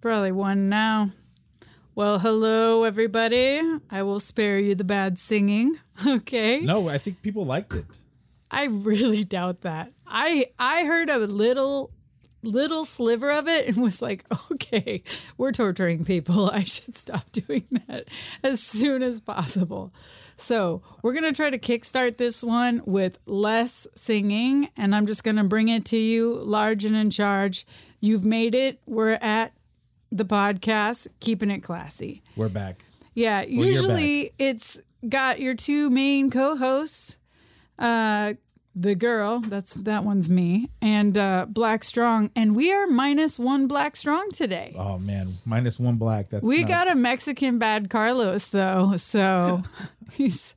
probably one now. Well, hello, everybody. I will spare you the bad singing. Okay. No, I think people liked it. I really doubt that. I I heard a little little sliver of it and was like, okay, we're torturing people. I should stop doing that as soon as possible. So we're gonna try to kickstart this one with less singing, and I'm just gonna bring it to you large and in charge. You've made it. We're at the podcast, keeping it classy. We're back. Yeah, you're usually it's got your two main co-hosts, uh, the girl that's that one's me, and uh, Black Strong, and we are minus one Black Strong today. Oh man, minus one black. That's we not- got a Mexican bad Carlos though, so he's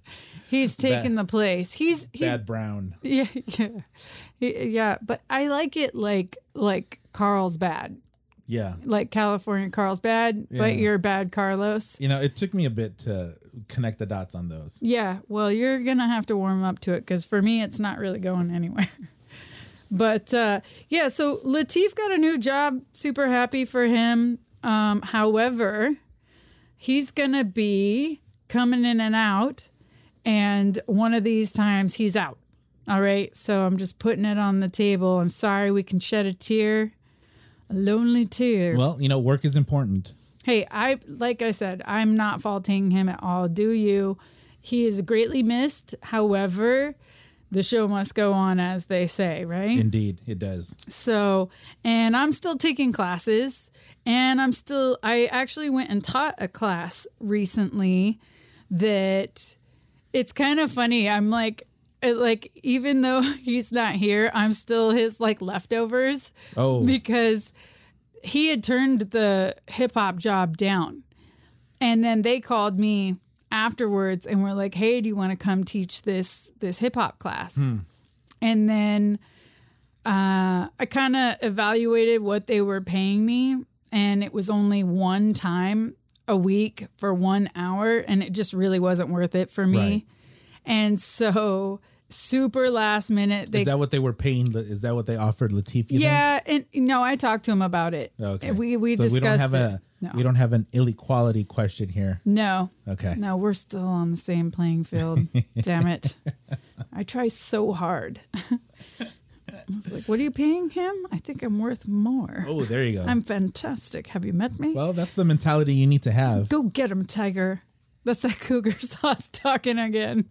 he's taking the place. He's he's bad brown. yeah yeah He- yeah. But I like it like like Carl's bad, Yeah, like California Carl's bad, but Yeah. you're bad Carlos. you know, it took me a bit to connect the dots on those. Yeah, well, you're gonna have to warm up to it because for me, it's not really going anywhere. but uh, yeah, so Latif got a new job. Super happy for him. Um, however, he's gonna be coming in and out, and one of these times he's out. All right, so I'm just putting it on the table. I'm sorry we can shed a tear, a lonely tear. Well, you know, work is important. Hey, I like I said, I'm not faulting him at all. Do you? He is greatly missed. However, the show must go on, as they say, right? Indeed, it does. So, and I'm still taking classes, and I'm still, I actually went and taught a class recently that it's kind of funny. I'm like, it- like even though he's not here, I'm still his like leftovers Oh, because he had turned the hip hop job down. And then they called me afterwards and were like, "Hey, do you want to come teach this this hip hop class?" Hmm. And then uh, I kind of evaluated what they were paying me, and it was only one time a week for one hour, and it just really wasn't worth it for me. Right. And so, super last minute, they is that what they were paying? Is that what they offered Latif? you yeah, and no, I talked to him about it. think? Okay. We we so discussed we don't have it. a no. we don't have an inequality question here. no. Okay. No, we're still on the same playing field. Damn it. I try so hard. I was like, what are you paying him? I think I'm worth more. Oh, there you go. I'm fantastic. Have you met me? well, that's the mentality you need to have. Go get him, Tiger. That's that cougar sauce talking again.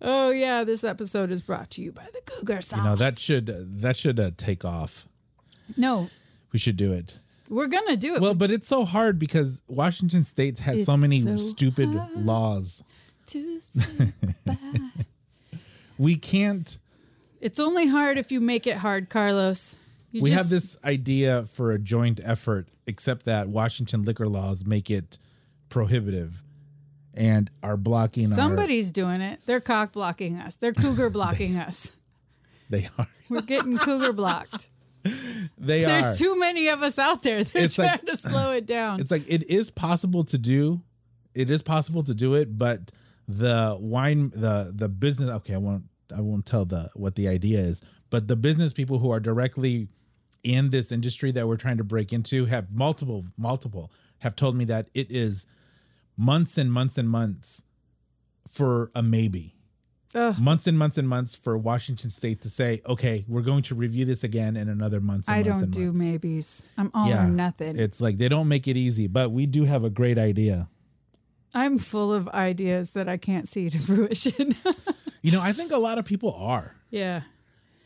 Oh yeah, this episode is brought to you by the cougar sauce. You know that should that should uh, take off. no, We should do it. we're gonna do it. Well, but it's so hard because Washington State's had so It's many so stupid laws. Too soon. We can't. It's only hard if you make it hard, Carlos. You we just, have this idea for a joint effort, except that Washington liquor laws make it prohibitive and are blocking. our- Somebody's doing it. They're cock blocking us. They're cougar blocking us. they are. We're getting cougar blocked. They are. There's too many of us out there. They're It's trying like- to slow it down. it's like it is possible to do. It is possible to do it, but the wine, the the business. Okay, I won't. I won't tell the what the idea is, but the business people who are directly in this industry that we're trying to break into have multiple multiple have told me that it is months and months and months for a maybe Ugh. months and months and months for washington state to say okay we're going to review this again in another month I and months don't and do months. maybes. I'm all Yeah. or nothing. it's like they don't make it easy but we do have a great idea I'm full of ideas that I can't see to fruition. you know i think a lot of people are yeah.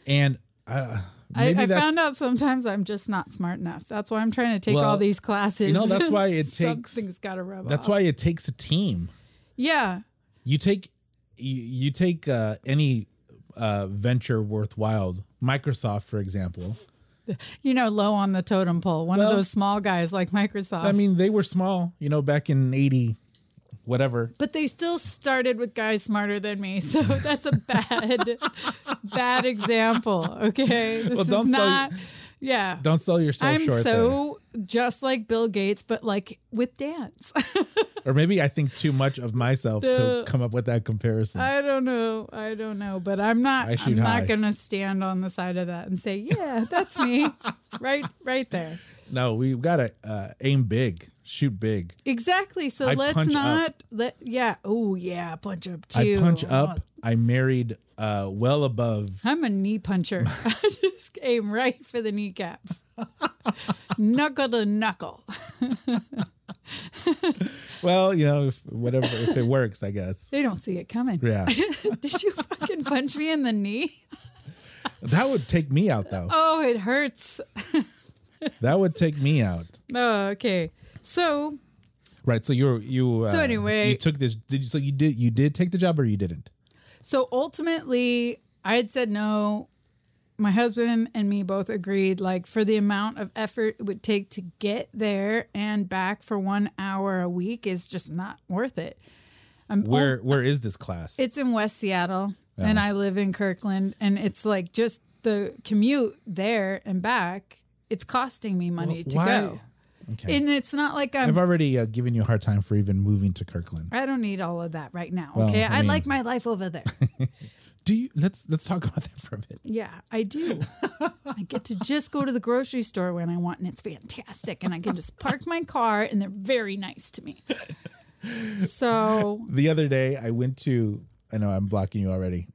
and uh, I, maybe I that's found out sometimes I'm just not smart enough. That's why I'm trying to take Well, all these classes. you know, that's why it takes- something's got to rub that's off. why it takes a team Yeah. you take you, you take uh, any uh, venture worthwhile microsoft for example You know, low on the totem pole. One of Well- those small guys like Microsoft. i mean they were small you know back in 80 whatever but they still started with guys smarter than me. So that's a bad, bad example. Okay. This Well, don't is sell- not, yeah. don't sell yourself I'm short so just like Bill Gates, but like with dance. there. or maybe i think too much of myself to The- come up with that comparison I don't know. I don't know. But I'm I not, shoot I'm not high. going to stand on the side of that and say, yeah, that's me. right, right there. No, we've got to uh, aim big, shoot big. Exactly. So I let's punch not let yeah. Oh yeah, punch up too. I punch up. Oh, I married uh, well above. I'm a knee puncher. I just aim right for the kneecaps. knuckle to knuckle. Well, you know, if, whatever. if it works, I guess. They don't see it coming. Yeah, Did you fucking punch me in the knee? that would take me out though. Oh, it hurts. That would take me out. Oh, okay. So Right. So you're you. Uh, So anyway- you took this. Did you, so you did you did take the job or you didn't? So ultimately, I had said no. My husband and me both agreed, like, for the amount of effort it would take to get there and back for one hour a week is just not worth it. I'm Where where is this class? Oh. it's in West Seattle, and I live in Kirkland, and it's like just the commute there and back. It's costing me money to Why- go, Okay. and it's not like I'm. I've already uh, given you a hard time for even moving to Kirkland. I don't need all of that right now. Okay, I I, mean- like my life over there. Do you? Let's let's talk about that for a bit. Yeah, I do. I get to just go to the grocery store when I want, and it's fantastic. And I can just park my car, and they're very nice to me. So, The other day, I went to. I know I'm blocking you already.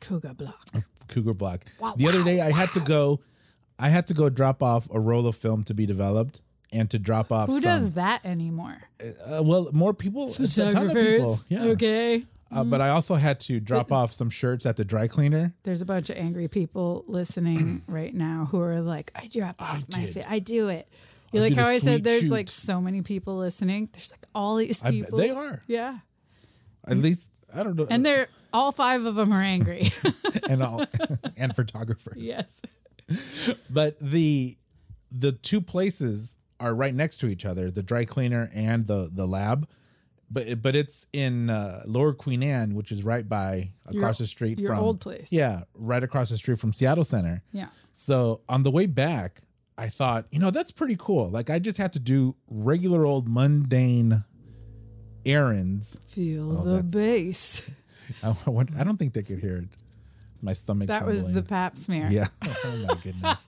Cougar Block. Cougar Block. Wow, the other wow, day, I had to go. I had to go drop off a roll of film to be developed and to drop off. Who some, does that anymore? Uh, well, more people. It's a ton of people. Yeah. Okay. Uh, but I also had to drop off some shirts at the dry cleaner. There's a bunch of angry people listening right now who are like, I dropped off my did. fit. I do it. You I like did a how I sweet said there's shoot. like so many people listening? There's like all these I, people. they are Yeah. at least. I don't know. And they're all five of them are angry. and all and photographers. yes. But the the two places are right next to each other, the dry cleaner and the the lab. But but it's in uh, Lower Queen Anne, which is right by across the street your from old place. Yeah, right across the street from Seattle Center. Yeah. So on the way back, I thought, you know, that's pretty cool. Like I just had to do regular old mundane errands. Feel the that's- bass. I, wonder- I don't think they could hear it. My stomach. That was rumbling. the pap smear. Yeah. Oh my goodness.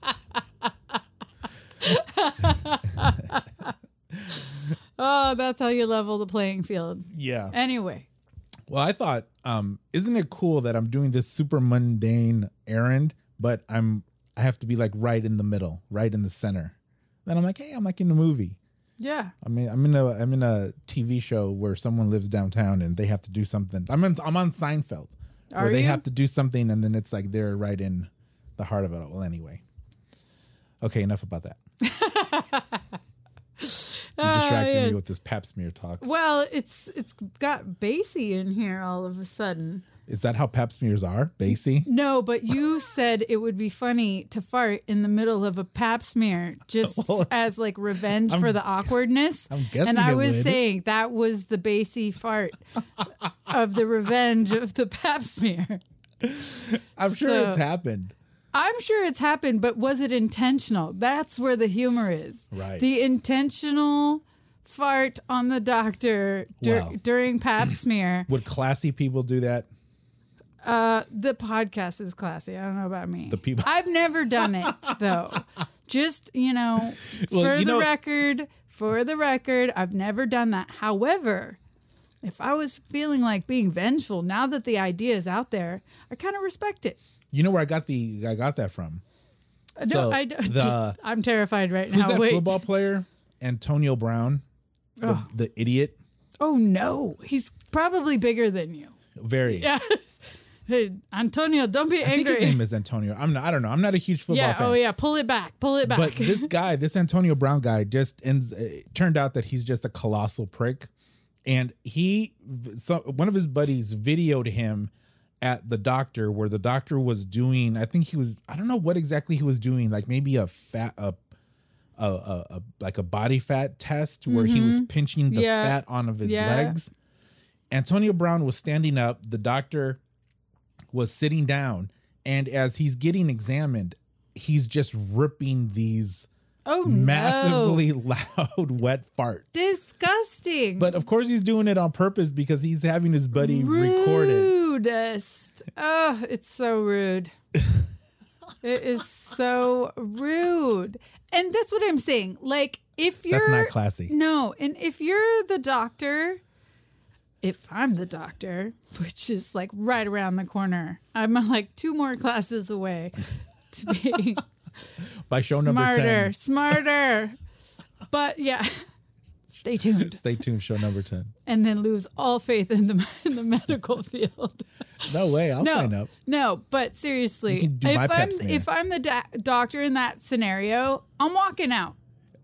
Oh, that's how you level the playing field. Yeah. Anyway, Well, I thought, um, isn't it cool that I'm doing this super mundane errand, but I'm I have to be like right in the middle, right in the center. Then I'm like, hey, I'm like in a movie. yeah. I mean, I'm in a I'm in a TV show where someone lives downtown and they have to do something. I'm in, I'm on Seinfeld, Are where they you? have to do something and then it's like they're right in the heart of it. all. Well, anyway. Okay, enough about that. You're distracting Ah, Uh, yeah. me with this pap smear talk. Well, it's it's got bassy in here all of a sudden. Is that how pap smears are? Basie? No, but you said it would be funny to fart in the middle of a pap smear just as like revenge for the awkwardness. I'm guessing and I it was would. saying that was the bassy fart of the revenge of the pap smear. I'm sure So- it's happened. I'm sure it's happened, but was it intentional? That's where the humor is. Right. The intentional fart on the doctor dur- Wow. during pap smear. Would classy people do that? The podcast is classy. I don't know about me. The people- I've never done it though. Just you know, Well, for you the know- record, for the record, I've never done that. However, if I was feeling like being vengeful, now that the idea is out there, I kind of respect it. You know where I got the I got that from? I don't, So, I don't, the- I'm terrified right Who's now. that Wait. football player? Antonio Brown, the, the idiot. Oh no, he's probably bigger than you. Very. Yes. Hey, Antonio, don't be I think angry. his name is Antonio. I'm not, I don't know. I'm not a huge football yeah. fan. Oh yeah. Pull it back. Pull it back. But this guy, this Antonio Brown guy, just ends. It turned out that he's just a colossal prick, and he, so one of his buddies, videoed him at the doctor where the doctor was doing. I think he was. I don't know what exactly he was doing. Like maybe a fat a. A, a, a like a body fat test where he was pinching the Mm-hmm. Yeah. fat on of his Yeah. legs. Antonio Brown was standing up. The doctor was sitting down, and as he's getting examined, he's just ripping these oh no. massively loud wet farts. Disgusting. But of course, he's doing it on purpose because he's having his buddy record it. rudest. Oh, it's so rude. it is so rude. and that's what I'm saying. Like if you're That's not classy. No, and if you're the doctor, if I'm the doctor, which is like right around the corner, I'm like two more classes away to being By show number smarter, 10. smarter. But yeah, stay tuned, Stay tuned, show number 10. and then lose all faith in the in the medical field. No way, I'll No, sign up. no, but seriously, You can do if my pap I'm smear. if I'm the da- doctor in that scenario, I'm walking out.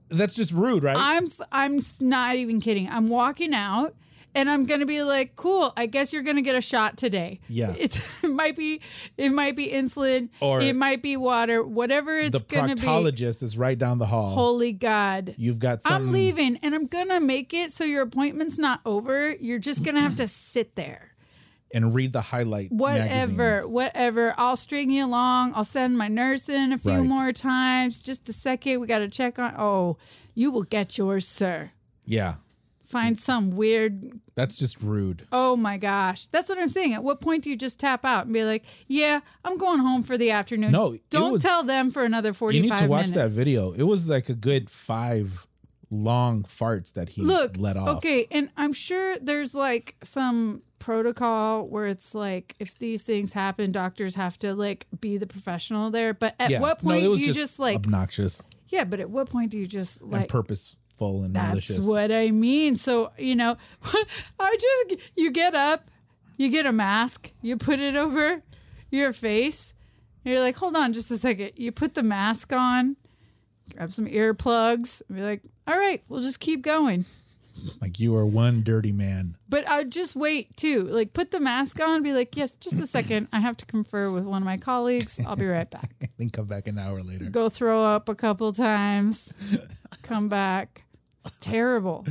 That's just rude, right? I'm f- I'm s- not even kidding. I'm walking out and I'm gonna be like, cool. I guess you're gonna get a shot today. Yeah. it's, it might be it might be insulin Or- it might be water, whatever it's the gonna be. proctologist is right down the hall. Holy God. You've got some. I'm leaving and I'm gonna make it so your appointment's not over. You're just gonna have to sit there. and read the highlight. Whatever, magazines. whatever. I'll string you along. I'll send my nurse in a few Right. more times. Just a second. We gotta check on oh, you will get yours, sir. Yeah, Find some weird that's just rude. Oh my gosh. That's what I'm saying. At what point do you just tap out and be like, yeah, I'm going home for the afternoon? No, it Don't was- tell them for another 45 You need to watch minutes. that video. It was like a good five long farts that he Look, let off. okay. And I'm sure there's like some protocol where it's like, if these things happen, doctors have to like be the professional there. But at Yeah. what No, point it was do you just like, obnoxious yeah, but at what point do you just and like, purposeful and That's malicious? what I mean. So, you know, I just, you get up, you get a mask, you put it over your face. and you're like, hold on just a second. You put the mask on, grab some earplugs, and be like, all right, we'll just keep going. like you are one dirty man. But I just wait too. Like, put the mask on, be like, yes, just a second. I have to confer with one of my colleagues. I'll be right back. then come back an hour later. Go throw up a couple times, come back. It's terrible.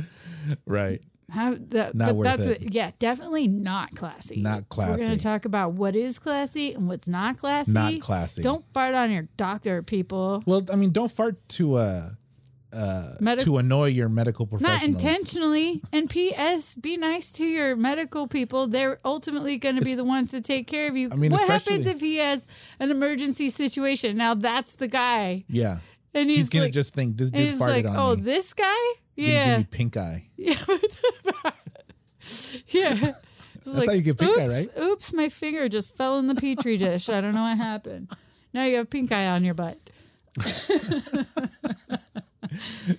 Right. How that, Not but worth that's it. what- yeah, definitely not classy. Not If We're classy. going to talk about what is classy and what's not classy. Not classy. Don't fart on your doctor, people. Well, I mean, don't fart to uh, Medi- to annoy your medical not professionals. intentionally. And P.S. Be nice to your medical people. They're ultimately going to be the ones to take care of you. I mean, what especially- happens if he has an emergency situation? Now that's the guy, Yeah. and he's, He's, gonna like, just think this and dude farted he's like, on oh, me. this guy, Gonna yeah, give me pink eye. Yeah. yeah. That's how you get pink eye, oops, right?" Oops, my finger just fell in the petri dish. I don't know what happened. Now you have pink eye on your butt.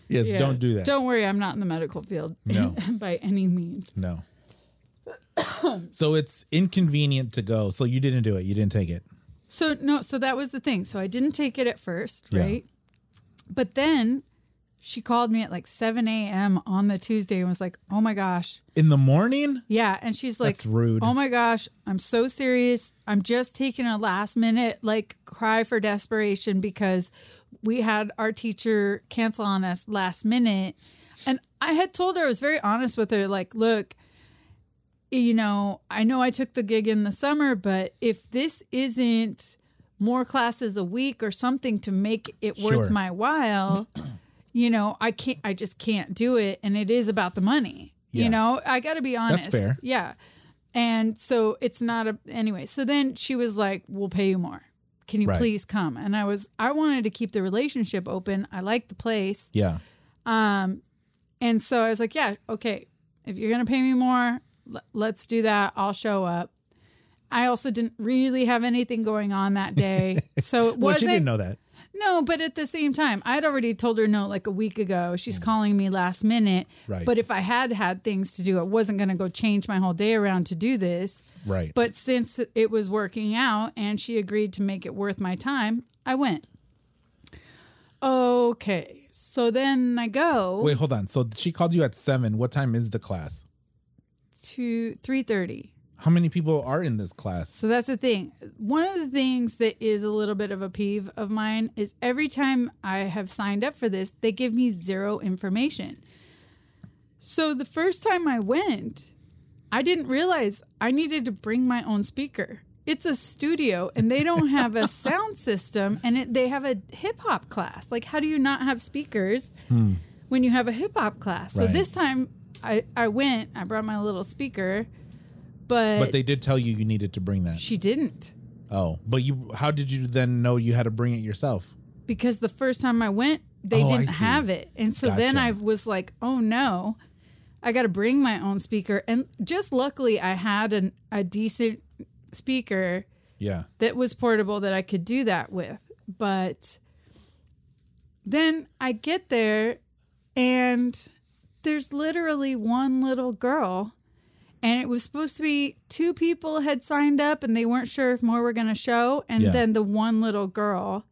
Yes, Yeah. don't do that. Don't worry, I'm not in the medical field No. by any means. No. so it's inconvenient to go. So you didn't do it. You didn't take it. So no, so that was the thing. So I didn't take it at first, Yeah. right? But then she called me at like 7 a.m. on the Tuesday and was like, oh my gosh. In the morning? Yeah. And she's like, That's rude. Oh my gosh, I'm so serious. I'm just taking a last minute like cry for desperation because we had our teacher cancel on us last minute. And I had told her, I was very honest with her, like, look, you know, I know I took the gig in the summer, but if this isn't more classes a week or something to make it Sure. worth my while, you know, I can't, I just can't do it. And it is about the money. Yeah. You know, I got to be honest. fair. Yeah. And so it's not a anyway. So then she was like, "We'll pay you more. Can you Right. please come?" And I was I wanted to keep the relationship open. I liked the place. Yeah. Um and so I was like, "Yeah, okay. If you're going to pay me more, l- let's do that. I'll show up." I also didn't really have anything going on that day. So it Well, she wasn't didn't know that. no, but at the same time, I'd already told her no like a week ago. She's calling me last minute. Mm. Right. But if I had had things to do, I wasn't going to go change my whole day around to do this. Right. But since it was working out and she agreed to make it worth my time, I went. Okay. So then I go Wait, hold on. So she called you at seven. What time is the class? to 3:30. How many people are in this class? So that's the thing. One of the things that is a little bit of a peeve of mine is every time I have signed up for this, they give me zero information. So the first time I went, I didn't realize I needed to bring my own speaker. It's a studio and they don't have a sound system and it, they have a hip hop class. Like, how do you not have speakers when you have a hip hop class? So Hmm. Right. this time I, I went, I brought my little speaker, but, But they did tell you you needed to bring that. she didn't. Oh, but you, how did you then know you had to bring it yourself? because the first time I went, they Oh, I didn't see. have it. And so then I Gotcha. was like, oh no, I got to bring my own speaker. And just luckily, I had an, a decent speaker Yeah. that was portable that I could do that with. But then I get there and there's literally one little girl. And it was supposed to be two people had signed up and they weren't sure if more were going to show. And Yeah. then the one little girl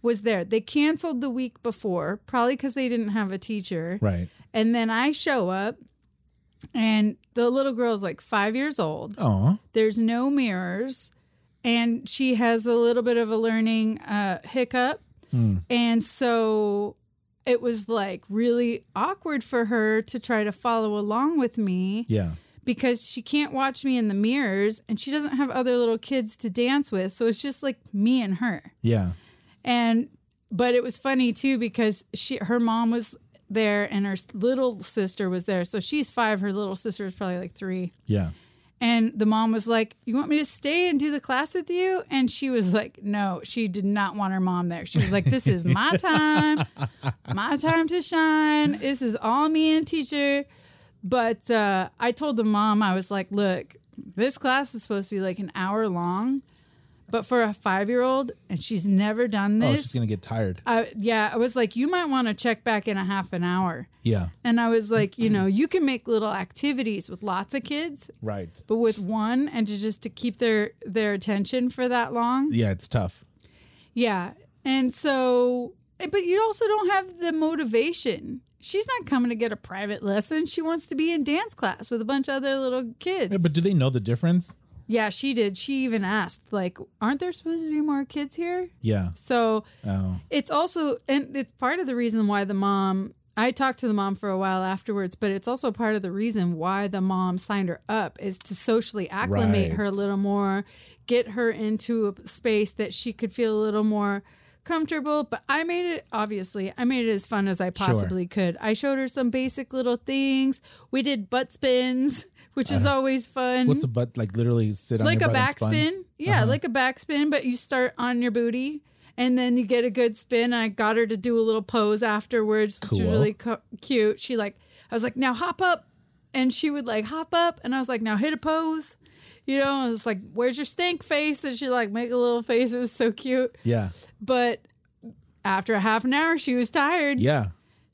was there. They canceled the week before, probably because they didn't have a teacher. Right. And then I show up and the little girl's like five years old. Oh. There's no mirrors, and she has a little bit of a learning uh, hiccup, and so it was like really awkward for her to try to follow along with me Yeah. because she can't watch me in the mirrors, and she doesn't have other little kids to dance with, so it's just like me and her Yeah. and but it was funny too because she her mom was there and her s- little sister was there so she's five her little sister is probably like three Yeah. and the mom was like you want me to stay and do the class with you and she was like no she did not want her mom there she was like this is my time my time to shine this is all me and teacher but uh, i told the mom i was like look this class is supposed to be like an hour long but for a five year old and she's never done Oh, this she's gonna get tired. I, yeah, I was like, you might want to check back in a half an hour. Yeah. And I was like, you know, you can make little activities with lots of kids, Right. but with one and to just to keep their their attention for that long. Yeah, it's tough. Yeah. And so eh, but you also don't have the motivation. She's not coming to get a private lesson. She wants to be in dance class with a bunch of other little kids. Yeah, but do they know the difference? yeah, she did. She even asked, like, aren't there supposed to be more kids here? Yeah. So Oh. it's also and it's part of the reason why the mom I talked to the mom for a while afterwards, but it's also part of the reason why the mom signed her up is to socially acclimate Right. her a little more, get her into a space that she could feel a little more comfortable. But I made it obviously, I made it as fun as I possibly could. I showed her some basic little things. We did butt spins, which is always fun Uh-huh. What's a butt like literally sit on like a your butt and spin? backspin. Yeah, like a backspin, but you start on your booty and then you get a good spin. I got her to do a little pose afterwards, which Cool. was really cu- cute. She like, I was like, now hop up, and she would like hop up, and I was like, now hit a pose. You know, I was like, where's your stank face? And she like make a little face. It was so cute. Yeah. But after a half an hour, she was tired. Yeah.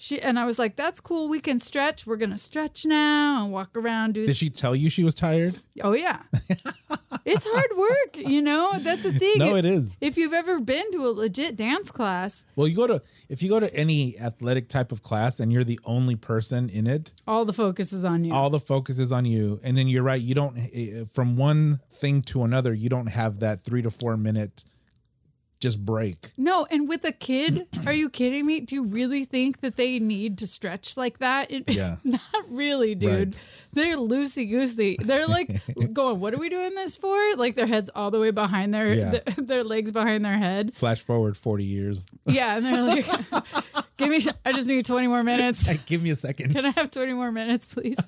She and I was like, that's cool. We can stretch. We're gonna stretch now and walk around. Do Did she tell you she was tired? Oh yeah. it's hard work, you know? That's the thing. No, it is. If you've ever been to a legit dance class, Well, you go to if you go to any athletic type of class and you're the only person in it, all the focus is on you. all the focus is on you. And then you're right, you don't eh, from one thing to another, you don't have that 3 to 4 minute just break. no, and with a kid, are you kidding me? Do you really think that they need to stretch like that? It- Yeah. Not really, dude. Right. They're loosey goosey. They're like going, "What are we doing this for?" Like their heads all the way behind their Yeah. their, their legs behind their head. Flash forward 40 years. Yeah, and they're like, "Give me, I just need twenty more minutes. Give me a second. Can I have twenty more minutes, please?"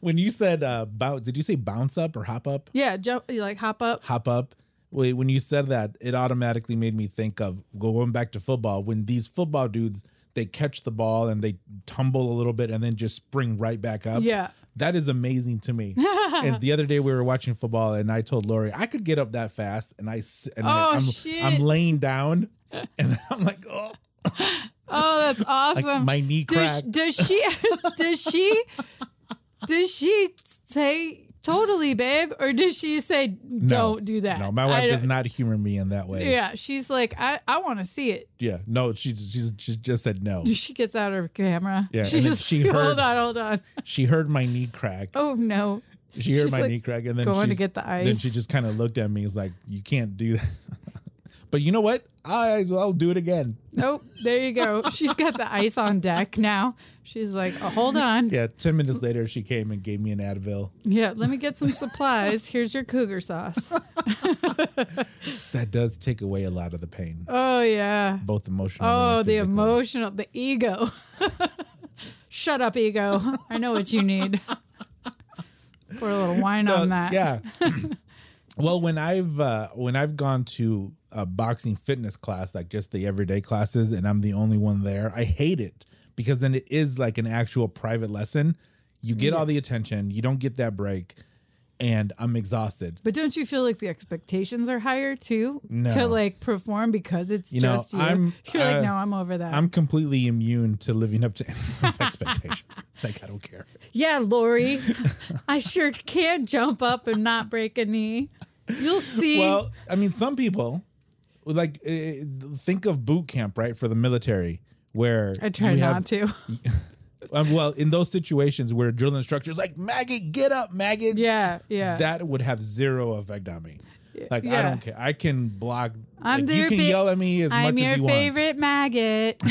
When you said uh bounce, did you say bounce up or hop up? Yeah, jump, you like hop up. hop up. Wait, When you said that, it automatically made me think of going back to football. When these football dudes, they catch the ball and they tumble a little bit and then just spring right back up. Yeah. That is amazing to me. and the other day we were watching football and I told Lori I could get up that fast and I s- and Oh, I, I'm shit. I'm laying down and then I'm like oh Oh, that's like awesome. my knee does, cracked. does she does she does she say totally babe or does she say don't do that? No, my I wife don't- does not humor me in that way. Yeah, she's like I I want to see it. Yeah. No, she she's, she just said no. She gets out her camera. Yeah, she and then just she hold heard- on, hold on. she heard my knee crack. Oh no. She heard She's my like knee crack, and then going she, to get the Then ice. she just kind of looked at me. Is like, you can't do that. but you know what? I I'll do it again. Nope. There you go. She's got the ice on deck now. She's like, oh, hold on. Yeah. Yeah. Ten minutes later, she came and gave me an Advil. let me get some supplies. Here's your cougar sauce. That does take away a lot of the pain, Oh yeah. both emotionally. and Oh, the physically. emotional, the ego. Shut up, ego. I know what you need. Pour a little wine Uh, on that. Yeah. well, when I've uh, when I've gone to a boxing fitness class, like just the everyday classes, and I'm the only one there. I hate it because then it is like an actual private lesson. You get all the attention, you don't get that break, and I'm exhausted. But don't you feel like the expectations are higher too No. to like perform because it's You know, just you? I'm- You're uh, like, no, I'm over that. I'm completely immune to living up to anyone's expectations. It's like I don't care. yeah, Lori, I sure can jump up and not break a knee. You'll see. Well, I mean, some people like eh, think of boot camp, right, for the military, where I try you not have- to. Um, well, in those situations where drill instructors like maggot, get up, maggot. yeah, yeah. That would have zero effect on me. Like I yeah. don't care. I can block. I'm like, you your can fa- yell at me as I'm much your as you want. favorite maggot.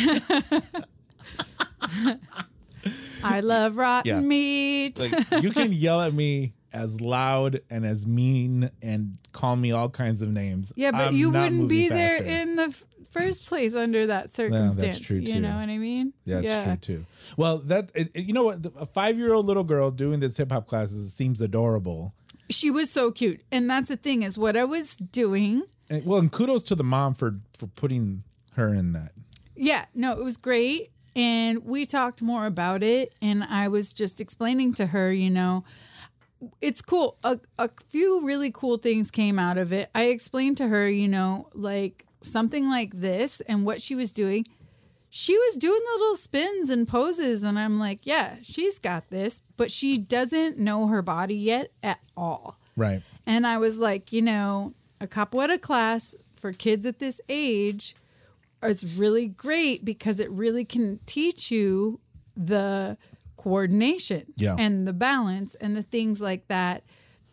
I love rotten Yeah. meat. Like, you can yell at me as loud and as mean and call me all kinds of names. yeah, but I'm you not wouldn't moving be faster. there in the f- first place under that circumstance. true, you too. know what I mean? That's yeah. true too. Well, that it, it- you know what, The- a five-year-old little girl doing this hip hop classes seems adorable. She was so cute. And that's the thing is what I was doing. And, well, and kudos to the mom for for putting her in that. Yeah, no, it was great. And we talked more about it. And I was just explaining to her, you know, it's cool. A, a few really cool things came out of it. I explained to her, you know, like something like this and what she was doing. She was doing little spins and poses. And I'm like, yeah, she's got this, but she doesn't know her body yet at all. Right. And I was like, you know, a capoeira class for kids at this age is really great because it really can teach you the coordination Yeah. and the balance and the things like that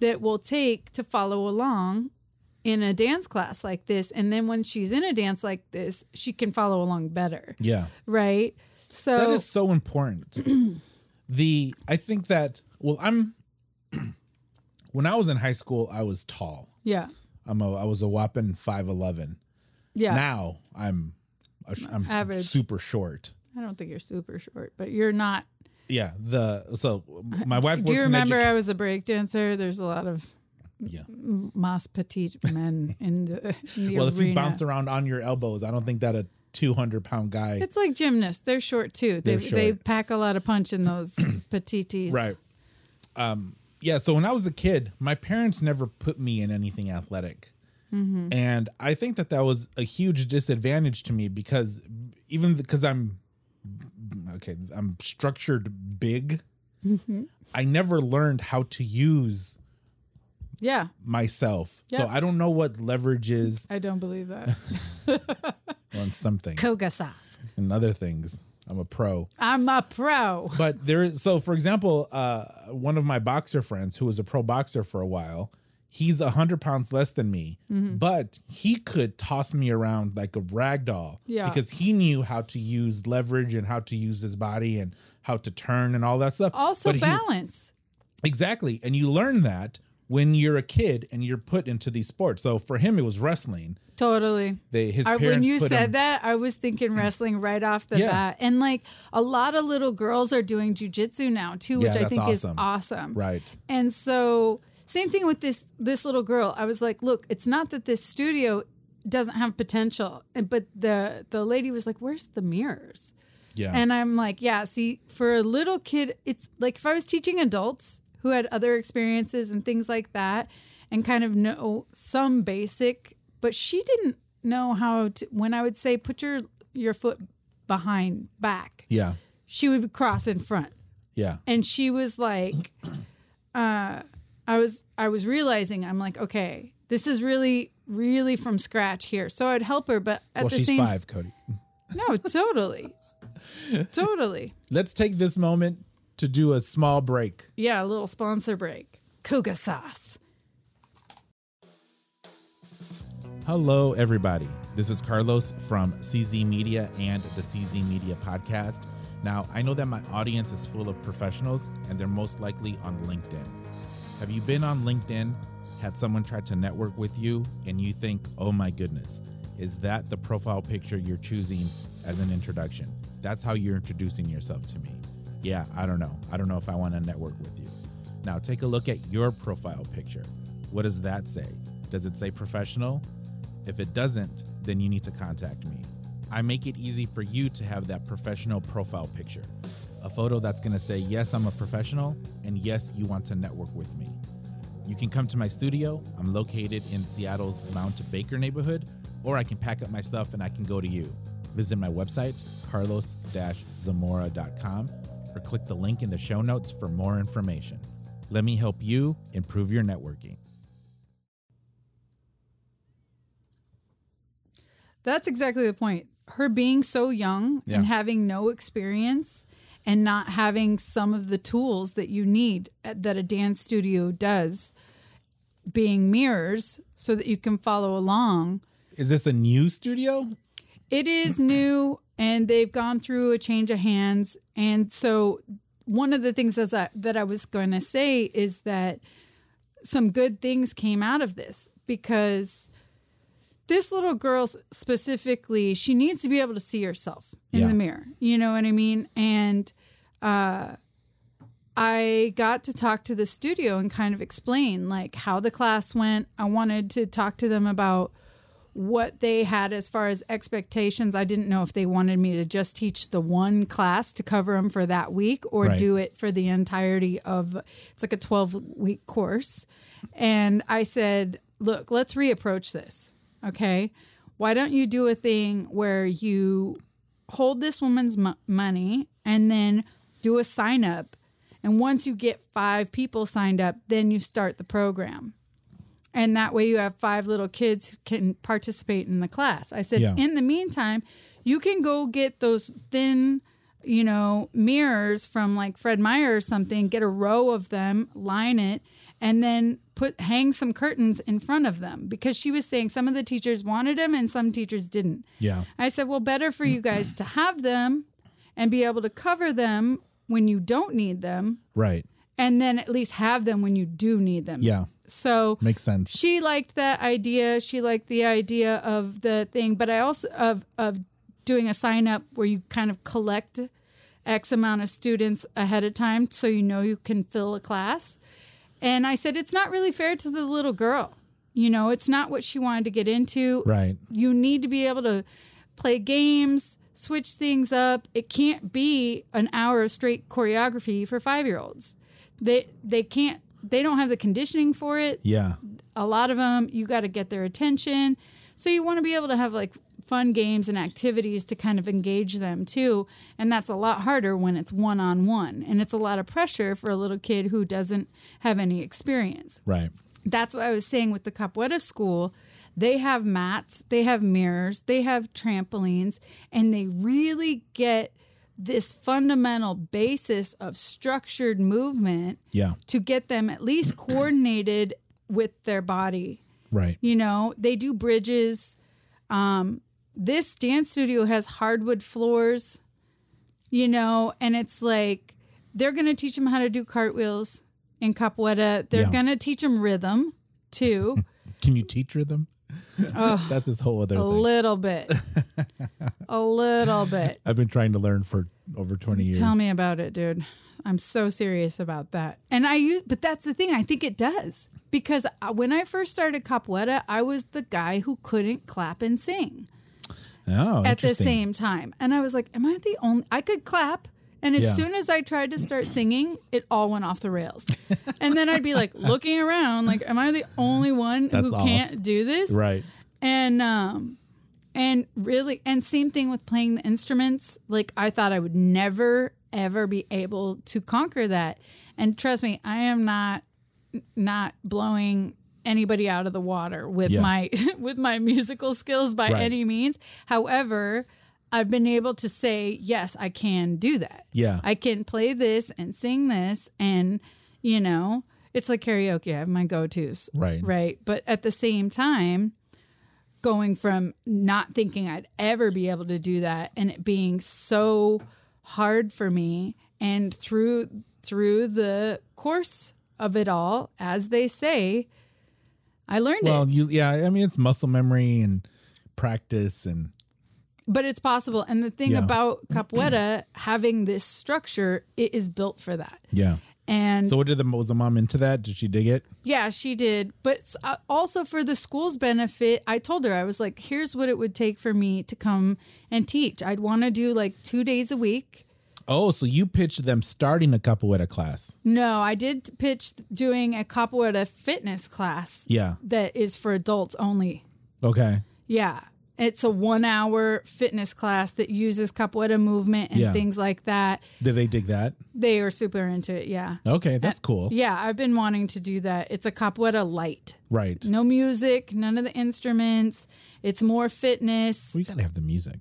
that will take to follow along in a dance class like this. And then when she's in a dance like this, she can follow along better. Yeah. Right. So That is so important. the I think that well, I'm when I was in high school, I was tall. yeah. I'm a I was a whopping five eleven. Yeah. Now I'm a sh- I'm Average. super short. I don't think you're super short, but you're not Yeah. The so my wife works Do you remember in I was a breakdancer? There's a lot of Yeah. mas petite men in the, in the Well, arena. if you bounce around on your elbows, I don't think that a 200 pound guy. it's like gymnasts. They're short too. They, They're short. they pack a lot of punch in those petites. right. Um, yeah. So when I was a kid, my parents never put me in anything athletic. And I think that that was a huge disadvantage to me because even because I'm okay, I'm structured big. I never learned how to use Yeah. myself. So Yep. I don't know what leverage is I don't believe that. on some things Koga sauce. and other things. I'm a pro. I'm a pro. but there is so for example uh one of my boxer friends who was a pro boxer for a while he's a hundred pounds less than me Mm-hmm. but he could toss me around like a rag doll Yeah. because he knew how to use leverage and how to use his body and how to turn and all that stuff Also But he- balance. Exactly. And you learn that when you're a kid and you're put into these sports. So for him, it was wrestling. Totally. They, his I, when parents you put said him- Mm. that, I was thinking wrestling right off the Yeah. bat. And like a lot of little girls are doing jujitsu now too, Yeah, which I that's think is awesome. awesome. Right. And so same thing with this this little girl. I was like, look, it's not that this studio doesn't have potential. And but the the lady was like, Where's the mirrors? Yeah. And I'm like, yeah, see, for a little kid, it's like if I was teaching adults who had other experiences and things like that and kind of know some basic, but she didn't know how to when I would say put your your foot behind back, yeah. she would cross in front Yeah. and she was like uh i was i was realizing i'm like okay this is really really from scratch here so i'd help her but at Well, the she's same five, Cody. no totally totally Let's take this moment to do a small break. yeah a little sponsor break Koga sauce Hello, everybody. This is Carlos from CZ Media and the CZ Media Podcast. Now, I know that my audience is full of professionals and they're most likely on LinkedIn. Have you been on LinkedIn, had someone try to network with you, and you think, oh my goodness, is that the profile picture you're choosing as an introduction? That's how you're introducing yourself to me. Yeah, I don't know. I don't know if I want to network with you. Now take a look at your profile picture. What does that say? Does it say professional? If it doesn't, then you need to contact me. I make it easy for you to have that professional profile picture. A photo that's going to say, yes, I'm a professional, and yes, you want to network with me. You can come to my studio. I'm located in Seattle's Mount Baker neighborhood, or I can pack up my stuff and I can go to you. Visit my website, carlos zamora.com, or click the link in the show notes for more information. Let me help you improve your networking. That's exactly the point. Her being so young Yeah. and having no experience and not having some of the tools that you need at- that a dance studio does being mirrors so that you can follow along. Is this a new studio? It is new and they've gone through a change of hands and so one of the things that I, that I was going to say is that some good things came out of this because this little girl s- specifically she needs to be able to see herself in Yeah. the mirror you know what i mean and uh, i got to talk to the studio and kind of explain like how the class went i wanted to talk to them about what they had as far as expectations i didn't know if they wanted me to just teach the one class to cover them for that week or Right. do it for the entirety of it's like a 12 week course and i said look let's reapproach this okay why don't you do a thing where you hold this woman's mo- money and then do a sign up and once you get five people signed up then you start the program and that way you have five little kids who can participate in the class i said Yeah. in the meantime you can go get those thin you know mirrors from like fred meyer or something get a row of them line it and then put hang some curtains in front of them because she was saying some of the teachers wanted them and some teachers didn't Yeah. I said, well, better for you guys to have them and be able to cover them when you don't need them, Right. and then at least have them when you do need them. Yeah. So Makes sense. she liked that idea. She liked the idea of the thing, but I also of of doing a sign up where you kind of collect x amount of students ahead of time so you know you can fill a class. And I said it's not really fair to the little girl. You know, it's not what she wanted to get into Right. you need to be able to play games switch things up it can't be an hour of straight choreography for five year olds they they can't they don't have the conditioning for it Yeah. a lot of them you got to get their attention so you want to be able to have like fun games and activities to kind of engage them too and that's a lot harder when it's one on one and it's a lot of pressure for a little kid who doesn't have any experience Right. that's what I was saying with the Capoeira school. They have mats, they have mirrors, they have trampolines, and they really get this fundamental basis of structured movement Yeah. to get them at least coordinated with their body. Right. You know, they do bridges. Um, this dance studio has hardwood floors, you know, and it's like they're going to teach them how to do cartwheels in capoeira. They're Yeah. going to teach them rhythm too, Can you teach rhythm? Oh. That's this whole other a thing. little bit. a little bit. I've been trying to learn for over 20 years. Tell me about it, dude. I'm so serious about that. And I use, but that's the thing. I think it does because I- when I first started capoeira, I was the guy who couldn't clap and sing. oh, at the interesting. same time. And I was like, am I the only I could clap and as Yeah. soon as I tried to start singing, it all went off the rails. and then I'd be like looking around like am I the only one That's who off. can't do this? Right. And um and really and same thing with playing the instruments. Like I thought I would never ever be able to conquer that. And trust me, I am not not blowing anybody out of the water with Yeah. my with my musical skills by Right. any means. However, I've been able to say, yes, I can do that. Yeah. I can play this and sing this and you know, it's like karaoke. I have my go-tos. Right. Right. But at the same time, going from not thinking I'd ever be able to do that and it being so hard for me and through through the course of it all, as they say, I learned Well, it. you yeah, I mean it's muscle memory and practice and But it's possible. And the thing Yeah. about Capoeira having this structure, it is built for that. yeah. And So what did the was the mom into that? Did she dig it? yeah, she did. But s- uh, also for the school's benefit, I told her, I was like, here's what it would take for me to come and teach. I'd want to do like two days a week. Oh, so you pitched them starting a capoeira class. No, I did pitch doing a capoeira fitness class Yeah. that is for adults only. Okay. Yeah. It's a one hour fitness class that uses capoeira movement and Yeah. things like that. Did they dig that? They are super into it. Yeah. Okay, that's cool. Uh, Yeah. I've been wanting to do that. It's a capoeira light. Right. No music, none of the instruments. It's more fitness. We gotta have the music,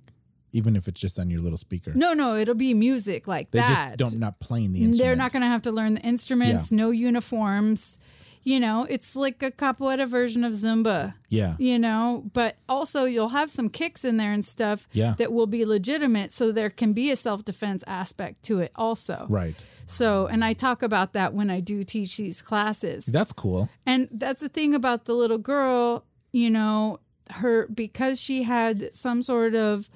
even if it's just on your little speaker. No, no, it'll be music like they that. just don't not playing the instrument. They're not going to have to learn the instruments, no uniforms. You know, it's like a capoeira version of Zumba. Yeah. you know but also you'll have some kicks in there and stuff Yeah. that will be legitimate so there can be a self-defense aspect to it also Right. so and i talk about that when i do teach these classes That's cool. and that's the thing about the little girl you know her because she had some sort of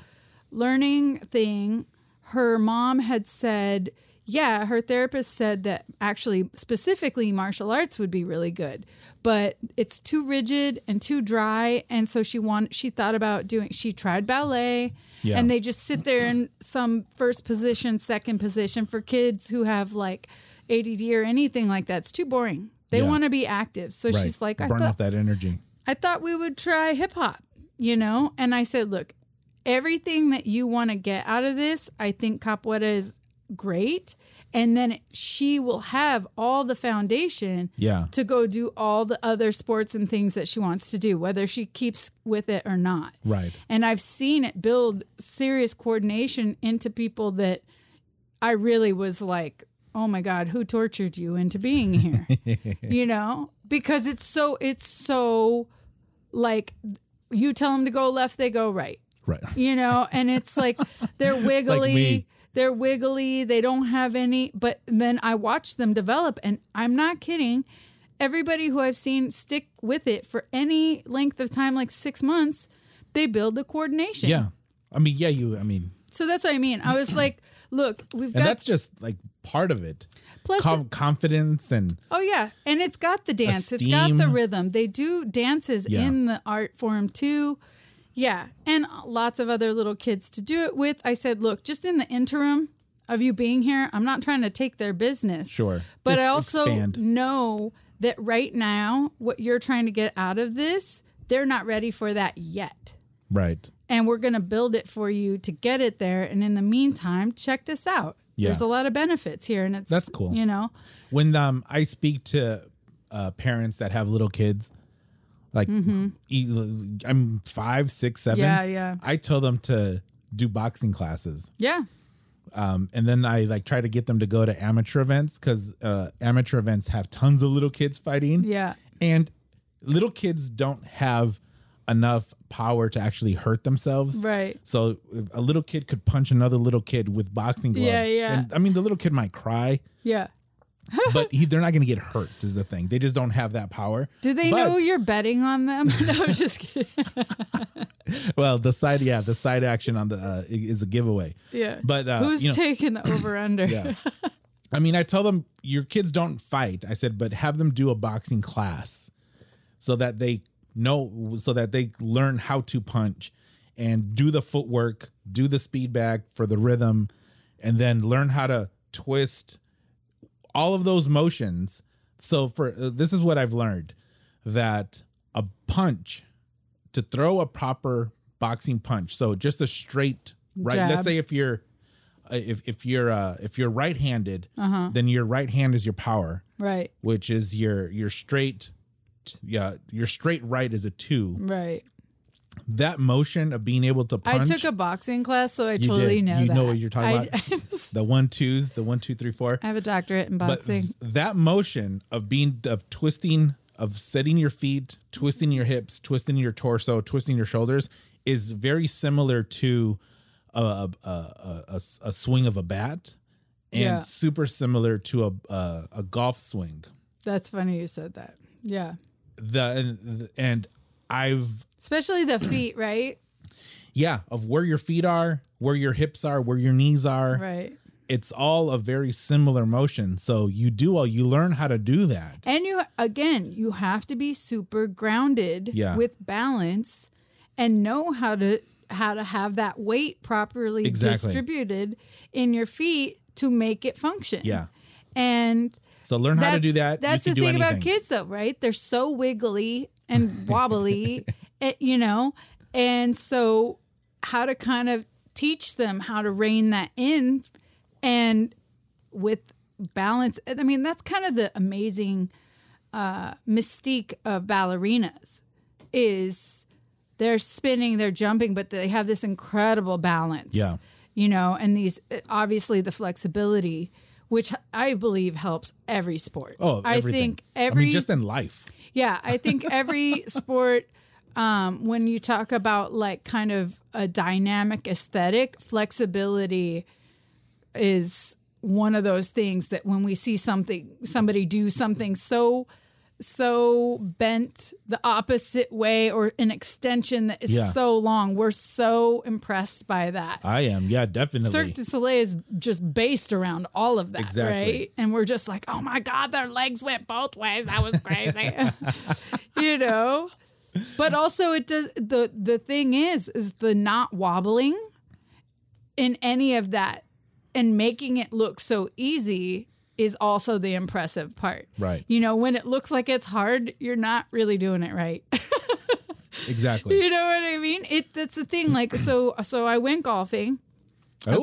learning thing her mom had said yeah her therapist said that actually specifically martial arts would be really good but it's too rigid and too dry and so she wanted she thought about doing she tried ballet Yeah. and they just sit there in some first position second position for kids who have like ADD or anything like that it's too boring they Yeah. want to be active so Right. she's like I burn thought off that energy. I thought we would try hip hop, you know? And I said, look, everything that you want to get out of this, I think capoeira is great. And then she will have all the foundation Yeah. to go do all the other sports and things that she wants to do, whether she keeps with it or not. Right. And I've seen it build serious coordination into people that I really was like, oh my God, who tortured you into being here? you know? Because it's so, it's so like you tell them to go left, they go right, Right. you know? And it's like they're wiggly. me. they're wiggly. They don't have any. But then I watch them develop, and I'm not kidding. Everybody who I've seen stick with it for any length of time, like six months, they build the coordination. Yeah. I mean, yeah, you I mean So that's what I mean. I was like, look, we've and got that's just like part of it. Plus Com- confidence and Oh yeah, and it's got the dance, it's got the Esteem. rhythm. They do dances Yeah. in the art form too. Yeah, and lots of other little kids to do it with. I said, look, just in the interim of you being here, I'm not trying to take their business. sure. But Just I also expand. know that right now what you're trying to get out of this, they're not ready for that yet. Right. And we're going to build it for you to get it there. And in the meantime, check this out. Yeah. There's a lot of benefits here and it's That's cool. You know. when um I speak to uh, parents that have little kids, like e- I'm five, six, seven. Mm-hmm. Yeah, yeah. I tell them to do boxing classes, Yeah. um, and then I like try to get them to go to amateur events because uh, amateur events have tons of little kids fighting. Yeah. and little kids don't have enough power to actually hurt themselves. Right. So if a little kid could punch another little kid with boxing gloves. Yeah, yeah. And I mean, the little kid might cry Yeah. but he, they're not going to get hurt is the thing they just don't have that power Do they But- know you're betting on them? no, I'm just kidding. well the side yeah the side action on the uh, i- is a giveaway Yeah. but uh, Who's you know, taking the over under? yeah i mean i tell them your kids don't fight i said but have them do a boxing class so that they know so that they learn how to punch and do the footwork do the speed back for the rhythm and then learn how to twist all of those motions. So for uh, this is what I've learned that a punch to throw a proper boxing punch. So just a straight right. Jab. Let's say if you're uh, if if you're uh, if you're right-handed, Uh-huh. then your right hand is your power, Right. which is your your straight yeah, your straight right is a 2. Right. That motion of being able to punch I took a boxing class, so I you totally did. know you that. know what you're talking I, about. the one twos, the one two three four. I have a doctorate in But boxing. that motion of being of twisting, of setting your feet, twisting your hips, twisting your torso, twisting your shoulders is very similar to a a, a, a- a swing of a bat, and Yeah. super similar to a a, a golf swing. That's funny you said that. Yeah. The and, and I've Especially the feet, right? yeah of where your feet are, where your hips are, where your knees are. Right. it's all a very similar motion. So you do all you learn how to do that. And you again, you have to be super grounded Yeah. with balance and know how to how to have that weight properly Exactly. distributed in your feet to make it function. Yeah. And So learn how to do that. You That's can the do thing about anything. kids, though, right? They're so wiggly and wobbly, eh, you know, and so how to kind of teach them how to rein that in and with balance. And I mean, that's kind of the amazing uh, mystique of ballerinas is they're spinning, they're jumping, but they have this incredible balance. Yeah. You know, and these uh, obviously the flexibility, which I believe helps every sport. Oh, I everything. think I every mean, just in life. yeah, I think every sport, um, when you talk about like kind of a dynamic aesthetic, flexibility is one of those things that when we see something, somebody do something so so bent the opposite way or an extension that is Yeah. so long we're so impressed by that I am. Yeah, definitely. Cirque du Soleil is just based around all of that, Exactly. right? And we're just like, oh my God, their legs went both ways. That was crazy, you know. But also, it does the the thing is is the not wobbling in any of that and making it look so easy is also the impressive part. Right. You know, when it looks like it's hard, you're not really doing it right. Exactly. you know what I mean? It that's the thing. Like so so I went golfing. Oh,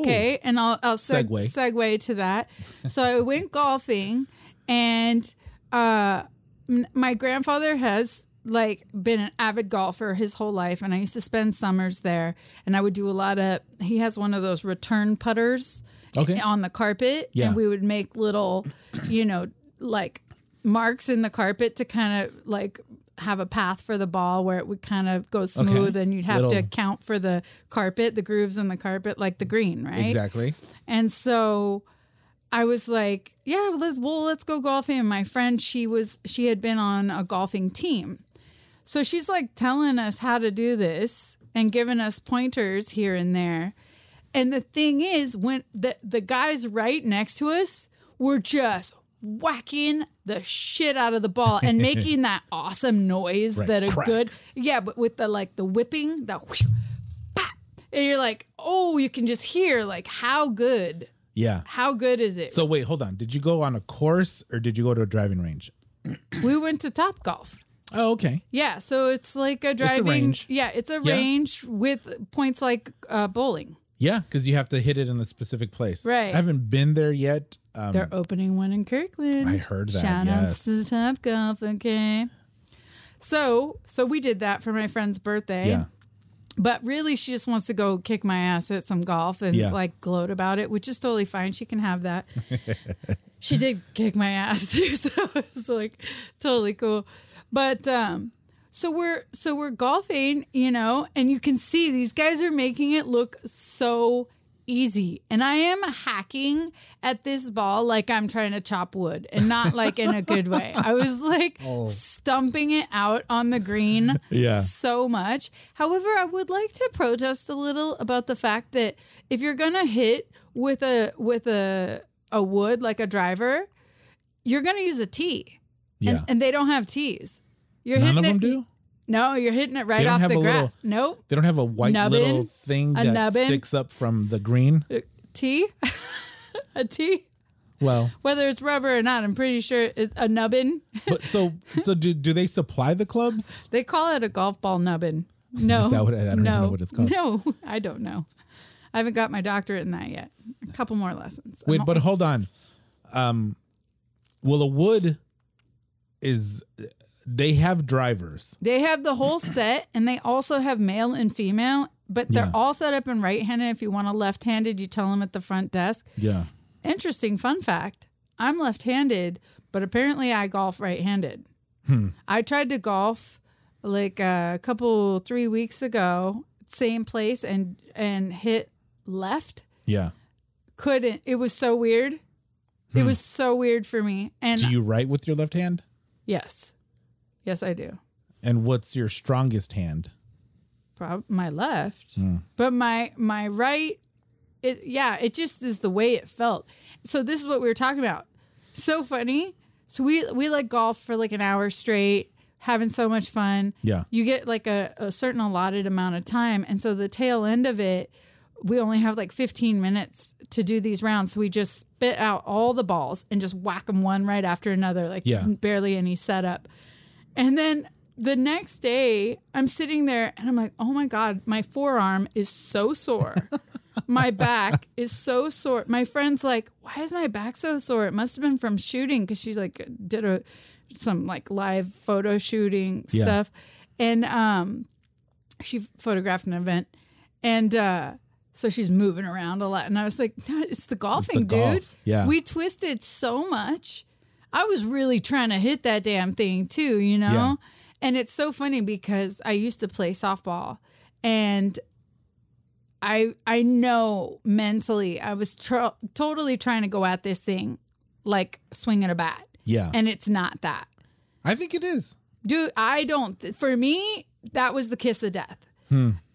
Okay, and I'll, I'll seg- Segue. segue. to that. So I went golfing, and uh, m- my grandfather has like been an avid golfer his whole life, and I used to spend summers there, and I would do a lot of. He has one of those return putters Okay. on the carpet, Yeah. and we would make little, you know, like marks in the carpet to kind of like have a path for the ball where it would kind of go smooth and you'd have Little- to account for the carpet the grooves in the carpet like the green right Exactly. and so I was like, yeah, let's well, let's go golfing. And my friend, she was she had been on a golfing team. So she's like telling us how to do this and giving us pointers here and there. And the thing is, when the the guys right next to us were just whacking the shit out of the ball and making that awesome noise Right, that a crack. good yeah, but with the like the whipping, the whoosh, pop, and you're like, oh, you can just hear like how good, Yeah. how good is it? So wait, hold on. Did you go on a course or did you go to a driving range? we went to Top Golf. Oh, okay. Yeah, so it's like a driving. range. Yeah, it's a Yeah. range with points like uh, bowling. Yeah, because you have to hit it in a specific place. Right. I haven't been there yet. Um, They're opening one in Kirkland. I heard that, Shout yes. outs to Top Golf. Okay. So, so we did that for my friend's birthday. yeah. But really, she just wants to go kick my ass at some golf and Yeah. like gloat about it, which is totally fine. She can have that. she did kick my ass too, so it was like totally cool. But um, so we're so we're golfing, you know, and you can see these guys are making it look so easy, and I am hacking at this ball like I'm trying to chop wood, and not like in a good way. I was like stumping it out on the green Yeah. so much. However, I would like to protest a little about the fact that if you're gonna hit with a with a a wood like a driver, you're gonna use a tee, Yeah. and, and they don't have tees. You're None hitting of them it, do. No, you're hitting it right don't off have the a little- grass. nope, They don't have a white Nubbin? little thing A that nubbin? sticks up from the green. tee, a tee. Well, Whether it's rubber or not, I'm pretty sure it's a nubbin. but so so do do they supply the clubs? They call it a golf ball nubbin. No, Is that what it- I don't even no, know what it's called. No, I don't know. I haven't got my doctorate in that yet. A couple more lessons. Wait, I'm- but hold on. Um, well, a wood is they have drivers. They have the whole set, and they also have male and female, but they're Yeah. all set up in right handed. If you want a left handed, you tell them at the front desk. Yeah. Interesting fun fact I'm left handed, but apparently I golf right handed. Hmm. I tried to golf like uh, a couple, three weeks ago, same place, and, and hit left. Yeah. Couldn't. It was so weird. It was so weird for me. And Hmm. Do you write with your left hand? yes, yes, I do. And what's your strongest hand? prob- my left, but my my right it yeah, it just is the way it felt. So this is what we were talking about. So funny. So we we like golf for like an hour straight, having so much fun. Yeah. You get like a, a certain allotted amount of time. And so the tail end of it, we only have like 15 minutes to do these rounds. So we just spit out all the balls and just whack them one right after another, like Yeah. barely any setup. And then the next day, I'm sitting there and I'm like, oh my God, my forearm is so sore. my back is so sore. My friend's like, why is my back so sore? It must have been from shooting because she like did a some like live photo shooting Yeah. stuff. And um she photographed an event and uh so she's moving around a lot. And I was like, no, it's the golfing, dude. golf. Yeah. We twisted so much. I was really trying to hit that damn thing too, you know? Yeah. And it's so funny because I used to play softball and I I know mentally I was tr- totally trying to go at this thing like swinging a bat. Yeah. And it's not that. I think it is. Dude, I don't th- for me that was the kiss of death.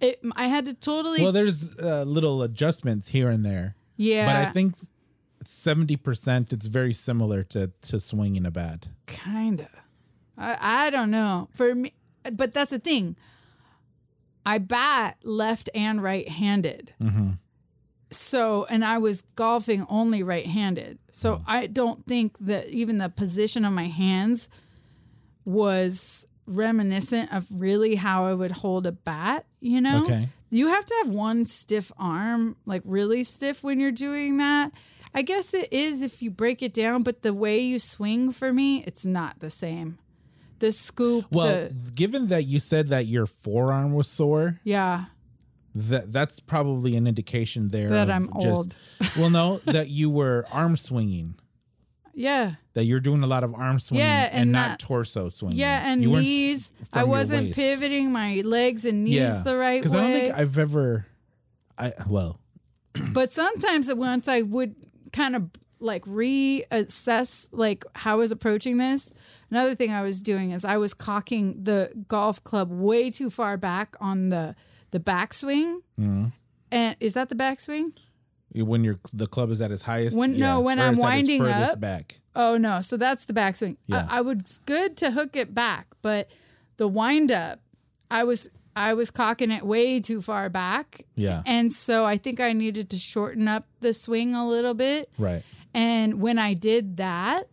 It, I had to totally Hmm. Well, there's uh, little adjustments here and there, yeah. but I think seventy percent. It's very similar to to swinging a bat. Kinda. I, I don't know. For me, but that's the thing. I bat left and right handed. Mm-hmm. So, and I was golfing only right handed. Hmm. So I don't think that even the position of my hands was reminiscent of really how I would hold a bat, you know? Okay. You have to have one stiff arm, like really stiff when you're doing that. I guess it is if you break it down, but the way you swing for me, it's not the same. The scoop, Well, the, given that you said that your forearm was sore, yeah, that that's probably an indication there That of I'm just- old. well, no, that you were arm swinging. yeah. That you're doing a lot of arm swinging Yeah, and, and that- not torso swinging. Yeah, and You weren't s- knees. from I your wasn't waist. pivoting my legs and knees the right Because way. I don't think I've ever. I well, but sometimes at once I would kind of like reassess like how I was approaching this. Another thing I was doing is I was cocking the golf club way too far back on the the backswing. And is that the backswing? mm-hmm. when your the club is at its highest. When- no, when or I'm it's at its winding furthest up, back. Oh no, so that's the backswing. Yeah. I, I would it's good to hook it back, but the wind up, I was I was cocking it way too far back. Yeah. And so I think I needed to shorten up the swing a little bit. Right. And when I did that,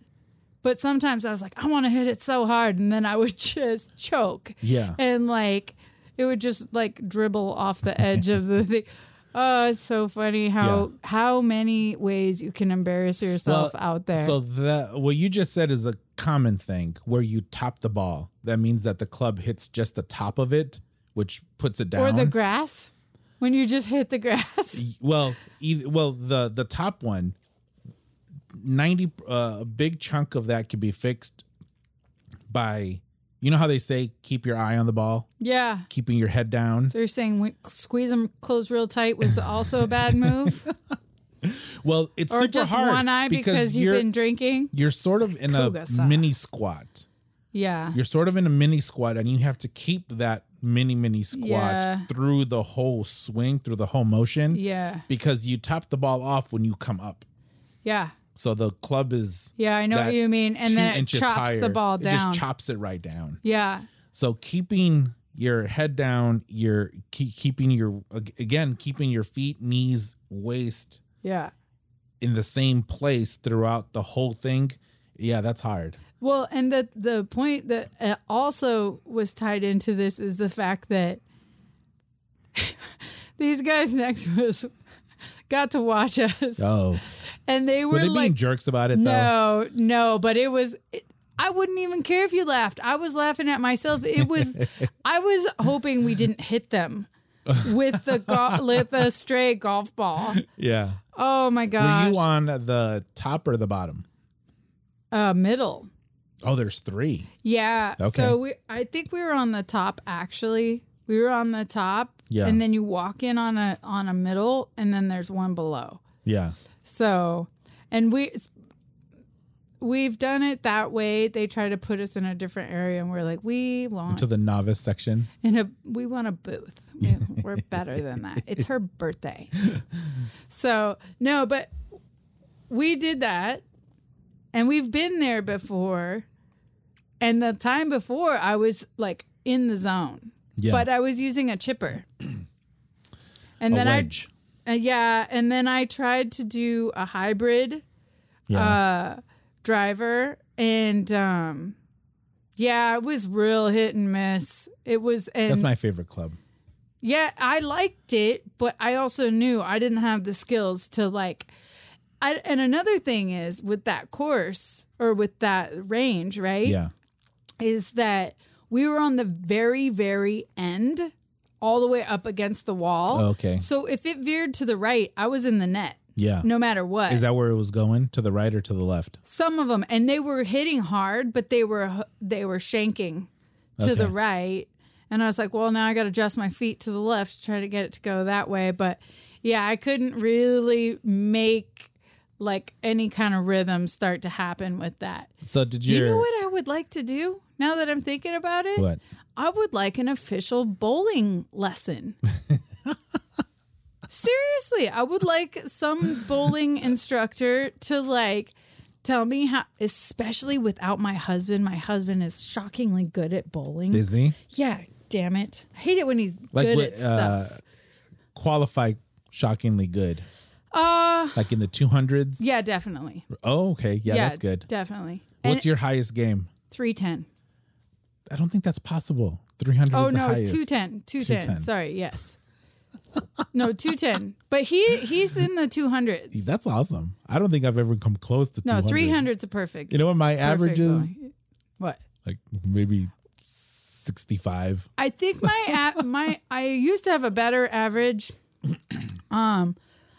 but sometimes I was like, I want to hit it so hard. And then I would just choke Yeah. and like, it would just like dribble off the edge of the thing. Oh, it's so funny how how many ways you can embarrass yourself out there. So the what you just said is a common thing where you top the ball. That means that the club hits just the top of it, which puts it down. or the grass when you just hit the grass. well, either, well the the top one, ninety uh, a big chunk of that can be fixed by, you know how they say keep your eye on the ball, Yeah. keeping your head down. So you're saying we, squeeze them close real tight was also a bad move, Well, it's or super just hard one eye because, you've you're been drinking. you're sort of in a Kuga-san. mini squat. Yeah. You're sort of in a mini squat, and you have to keep that mini mini squat Yeah. through the whole swing, through the whole motion, Yeah. because you top the ball off when you come up. Yeah. So the club is Yeah, I know that what you mean. And two then it inches chops the higher. ball It down. just chops it right down. yeah. So keeping your head down, your keep, keeping your ag- again keeping your feet, knees, waist Yeah. in the same place throughout the whole thing. Yeah, that's hard. Well, and the the point that uh, also was tied into this is the fact that these guys next to us got to watch us, Oh, and they were, were they being like, jerks about it though? "No, no," but it was. It, I wouldn't even care if you laughed. I was laughing at myself. It was, I was hoping we didn't hit them with the go- with the stray golf ball. Yeah. Oh my Were gosh! you on the top or the bottom? uh, middle. Oh, there's three. Yeah. Okay. So we I think we were on the top actually. We were on the top. Yeah. And then you walk in on a on a middle and then there's one below. Yeah. So and we we've done it that way. They try to put us in a different area, and we're like, we want to the novice section. in a we want a booth. We, we're better than that. It's her birthday, so no, but we did that, and we've been there before. And the time before, I was like in the zone, Yeah. but I was using a chipper. And then I wedge. uh, yeah, and then I tried to do a hybrid yeah. uh, driver, and um, yeah, it was real hit and miss. It was, and That's my favorite club. yeah, I liked it, but I also knew I didn't have the skills to like. I, and another thing is with that course or with that range, right? Yeah. is that we were on the very, very end, all the way up against the wall. Oh, Okay. So if it veered to the right, I was in the net, Yeah. no matter what. Is that where it was going? To the right or to the left? Some of them, and they were hitting hard, but they were they were shanking to Okay. the right. And I was like, well, now I got to adjust my feet to the left to try to get it to go that way. But yeah, I couldn't really make like any kind of rhythm start to happen with that. So did You your know what I would like to do now that I'm thinking about it? what? I would like an official bowling lesson. Seriously, I would like some bowling instructor to like tell me how especially without my husband. My husband is shockingly good at bowling. Is he yeah, damn it. I hate it when he's Like good what, uh, at stuff. qualified shockingly good? Uh, Like in the 200s? yeah, definitely. Oh, okay. Yeah, that's good. Definitely. What's your highest game? 310. I don't think that's possible. 300 Oh is the no, highest. 210, 210. 210. Sorry, yes. no, 210. But he he's in the 200s. That's awesome. I don't think I've ever come close to No, 200. three hundred's a perfect. You know what my perfect average is? going. What? Like maybe 65. I think my a- my I used to have a better average. Um,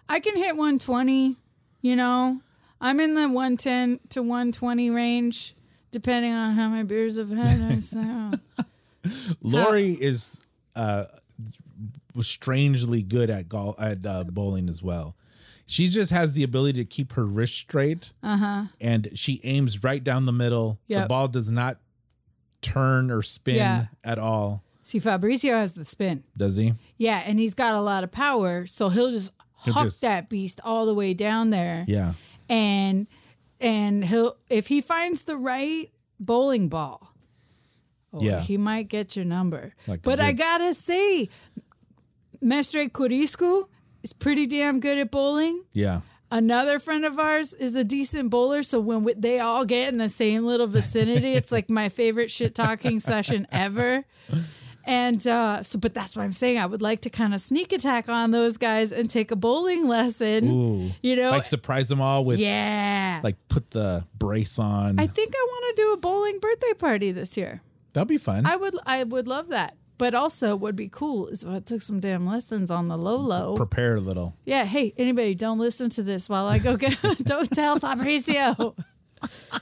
I can hit one twenty. You know, I'm in the one ten to one twenty range, depending on how my beers have had. I "Oh." sound. Lori is uh was strangely good at golf at uh, bowling as well. She just has the ability to keep her wrist straight, and she aims right down the middle. The Uh-huh. Yep. ball does not turn or spin Yeah. at all, See, Fabrizio has the spin. does he? Yeah, and he's got a lot of power, so he'll just He'll huck just- that beast all the way down there. Yeah, and and he'll if he finds the right bowling ball oh, Yeah. he might get your number Like a but i good- gotta say mestre curiscu is pretty damn good at bowling yeah. another friend of ours is a decent bowler so when we, they all get in the same little vicinity it's like my favorite shit talking session ever and uh, so but that's what i'm saying i would like to kind of sneak attack on those guys and take a bowling lesson Ooh, you know like surprise them all with yeah like put the brace on. I think I want to do a bowling birthday party this year. That'll be fun. I would I would love that. But also what would be cool is if I took some damn lessons on the low low. Prepare a little. yeah, hey, anybody, don't listen to this while I go get don't tell Fabrizio.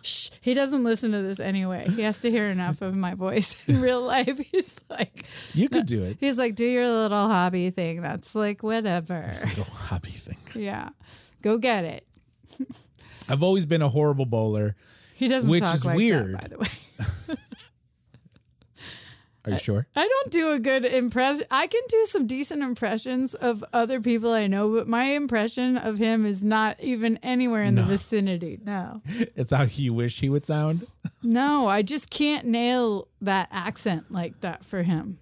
Shh, he doesn't listen to this anyway. He has to hear enough of my voice in real life. He's like You could do it. he's like, do your little hobby thing. That's like whatever. Little hobby thing. Yeah. Go get it. I've always been a horrible bowler. He doesn't Which talk is like weird. that, by the way. Are you sure? I don't do a good impress. I can do some decent impressions of other people I know, but my impression of him is not even anywhere in the vicinity. No, It's how you wish he would sound. no, I just can't nail that accent like that for him.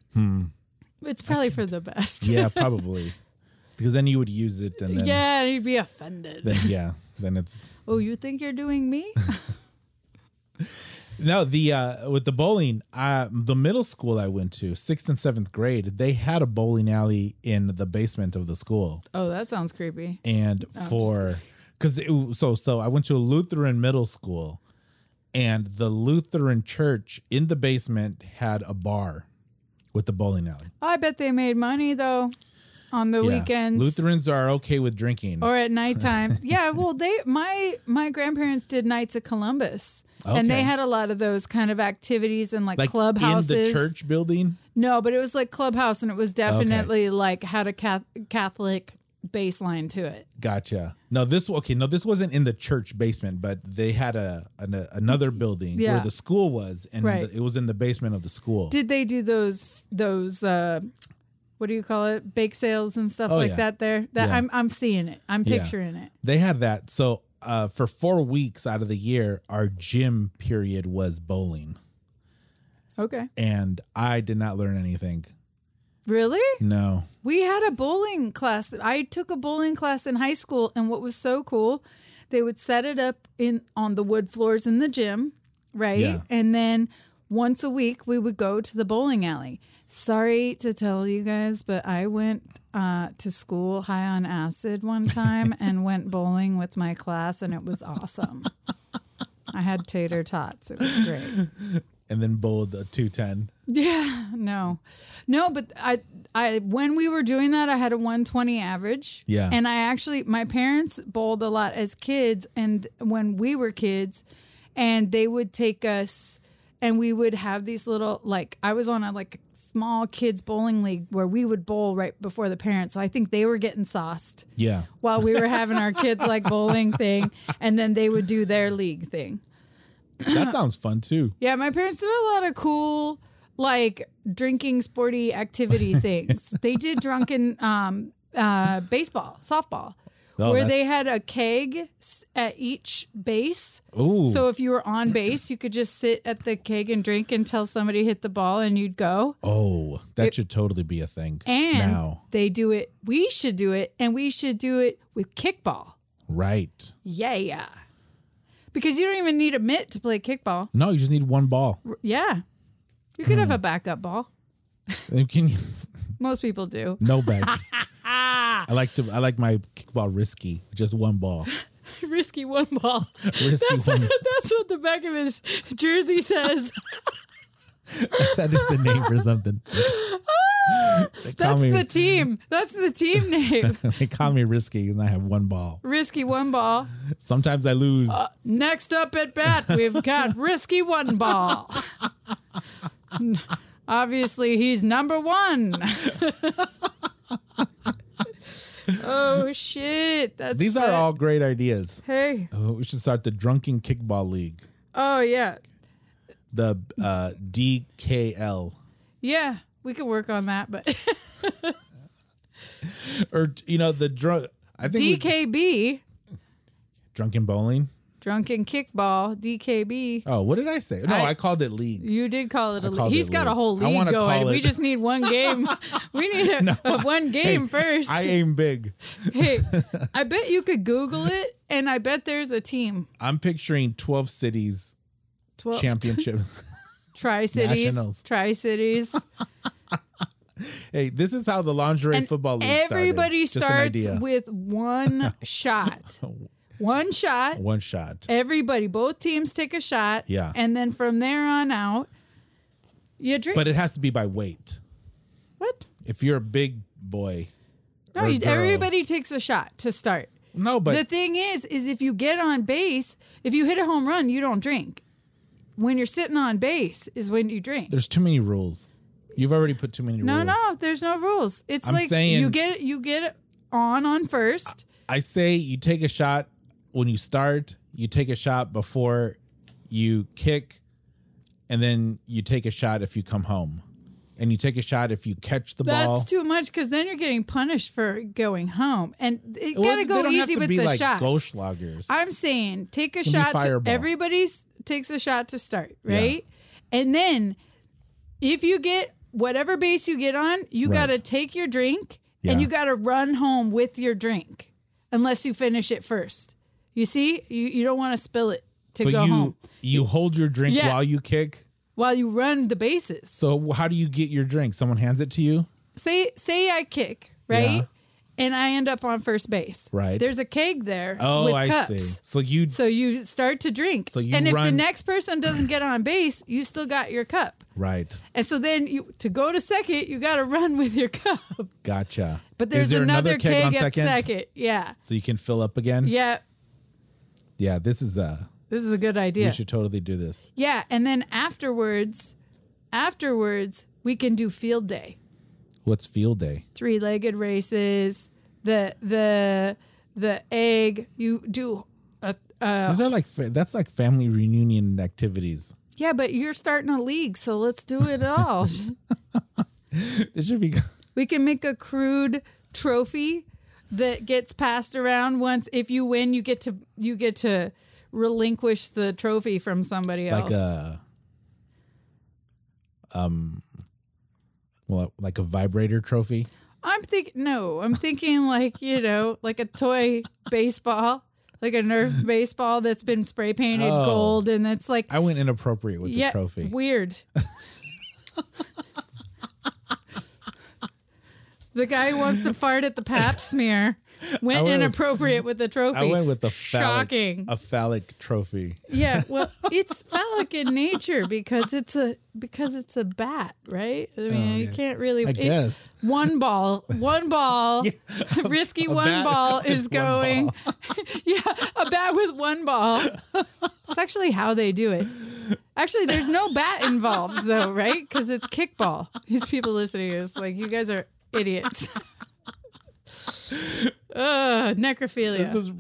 It's probably for the best. Hmm. Yeah, probably. because then you would use it and then yeah, he'd be offended. then yeah, then it's oh, you think you're doing me? No, the uh with the bowling, uh the middle school I went to, 6th and 7th grade, they had a bowling alley in the basement of the school. oh, that sounds creepy. And for cuz so so I went to a Lutheran middle school and the Lutheran church in the basement had a bar with the bowling alley. I bet they made money though on the Yeah. weekends. Lutherans are okay with drinking. or at nighttime. yeah, well, they my my grandparents did nights at Columbus, and Okay. they had a lot of those kind of activities and like, like clubhouses. in the church building. No, but it was like clubhouse, and it was definitely like had a cath- Catholic baseline to it. Gotcha. No, this okay. No, this wasn't in the church basement, but they had a, an, a another building Yeah. where the school was, and Right. it was in the basement of the school. Did they do those those uh what do you call it? Bake sales and stuff Oh, like yeah. that there? That Yeah. I'm I'm seeing it. I'm Yeah. picturing it. they had that. So uh, for four weeks out of the year, our gym period was bowling, Okay. and I did not learn anything. Really? No, We had a bowling class. I took a bowling class in high school and what was so cool, they would set it up in on the wood floors in the gym, right? Yeah. And then once a week we would go to the bowling alley. Sorry to tell you guys, but I went uh, to school high on acid one time and went bowling with my class, and it was awesome. I had tater tots. It was great. and then bowled a two ten. Yeah, no, no, but I, I when we were doing that, I had a 120 average. Yeah. and I actually my parents bowled a lot as kids, and when we were kids, and they would take us, and we would have these little like I was on a like small kids bowling league where we would bowl right before the parents, so I think they were getting sauced Yeah, while we were having our kids like bowling thing, and then they would do their league thing. that sounds fun too. Yeah, my parents did a lot of cool, like drinking sporty activity things. they did drunken um, uh, baseball, softball, Oh, where they that's- had a keg s- at each base. Ooh, So if you were on base, you could just sit at the keg and drink until somebody hit the ball and you'd go. oh, that should totally be a thing And now, they do it. We should do it, and we should do it with kickball. right? Yeah, yeah. Because you don't even need a mitt to play kickball. No, you just need one ball. R- Yeah, you could Hmm. have a backup ball. You Can Most people do. no bag. I like to. I like my kickball risky, just one ball. risky one ball. Risky That's, one. that's what the back of his jersey says. that is the name for something. they, call Ah, That's me, the team. That's the team name. they call me risky, and I have one ball. risky one ball. Sometimes I lose. Uh, Next up at bat, we've got risky one ball. Obviously, he's number one. oh shit! That's These are good. all great ideas. Hey. Oh, we should start the Drunken Kickball League, Oh yeah, the uh, DKL, yeah. We can work on that, but or you know the drunk. I think we- DKB, drunken bowling. drunken kickball, DKB. Oh, what did I say? No, I, I- called it league. You did call it a league. called He's it got a league. whole I league wanna going. call We it- just need one game. we need a, a one game first. I aim big. hey, I bet you could Google it, and I bet there's a team. I'm picturing 12 cities Twelve championship. Tri Cities, Nationals. Tri Cities. hey, this is how the lingerie football league Everybody started. Just an starts idea. with one shot. One shot. one shot. Everybody, both teams take a shot. Yeah. and then from there on out, you drink. But it has to be by weight. what? If you're a big boy, No, or you, girl- everybody takes a shot to start. No, but the thing is, is if you get on base, if you hit a home run, you don't drink. When you're sitting on base is when you drink. there's too many rules. You've already put too many No, rules. no, there's no rules. It's I'm like saying- Uh, you get you get on on first. I say you take a shot when you start, you take a shot before you kick, and then you take a shot if you come home. And you take a shot if you catch the That's ball. too much because then you're getting punished for going home, and you Well, gotta they go don't have easy to with be the like shot. Goldschlagers. I'm saying take a be shot. To, fireball. everybody's takes a shot to start, right? And then if you get whatever base you get on, you Right. got to take your drink Yeah. and you got to run home with your drink unless you finish it first. You see, you, you don't want to spill it to so go you home you hold your drink Yeah. while you kick. while you run the bases. So how do you get your drink? Someone hands it to you. Say say I kick, right? Yeah. And I end up on first base. Right. There's a keg there Oh, with I cups. see. So you So you start to drink. So you and if the run- next person doesn't get on base, you still got your cup. right. And so then you to go to second, you got to run with your cup. Gotcha. But Is there's there another, keg, on at second? Yeah. so you can fill up again. Yeah. Yeah, this is uh This is a good we idea. should totally do this. Yeah, and then afterwards, afterwards we can do field day. What's field day? Three-legged races, the the the egg. You do a, a These are like fa- that's like family reunion activities. yeah, but you're starting a league, so let's do it all. It should be. we can make a crude trophy that gets passed around once. If you win, you get to you get to relinquish the trophy from somebody else. like a um well like a vibrator trophy I'm thinking no, I'm thinking like, you know, like a toy baseball, like a Nerf baseball that's been spray painted Oh. gold and it's like i went inappropriate with the trophy weird. the guy wants to fart at the pap smear. Went, I went with- inappropriate with, the trophy. i went with a phallic, shocking. a phallic trophy yeah, well, it's phallic in nature because it's a because it's a bat, right? I mean, you can't really. Oh, I it- guess. one ball, one ball, risky one bat ball with is one going. yeah, a bat with one ball. It's actually how they do it. Actually, there's no bat involved though, right? Because it's kickball. These people listening is like, you guys are idiots. Ugh, necrophilia. this is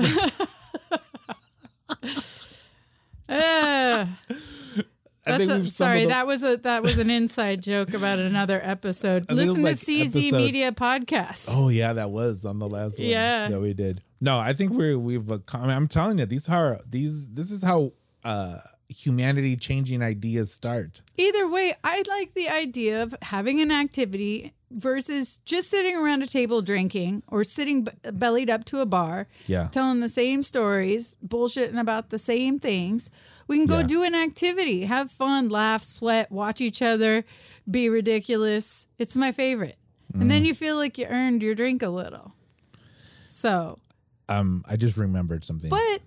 Ugh. I That's think a, we've sorry, stumbled that was a that was an inside joke about another episode. I think it was Listen like to CZ episode- Media podcast. Oh yeah, that was on the last one. Yeah. that we did. No, I think we're we've. ac- I mean, I'm telling you, these are these. This is how uh humanity changing ideas start. Either way, I like the idea of having an activity versus just sitting around a table drinking or sitting b- bellied up to a bar, Yeah. telling the same stories, bullshitting about the same things. We can go Yeah. do an activity, have fun, laugh, sweat, watch each other, be ridiculous. It's my favorite. And Mm. then you feel like you earned your drink a little. So, Um, I just remembered something. but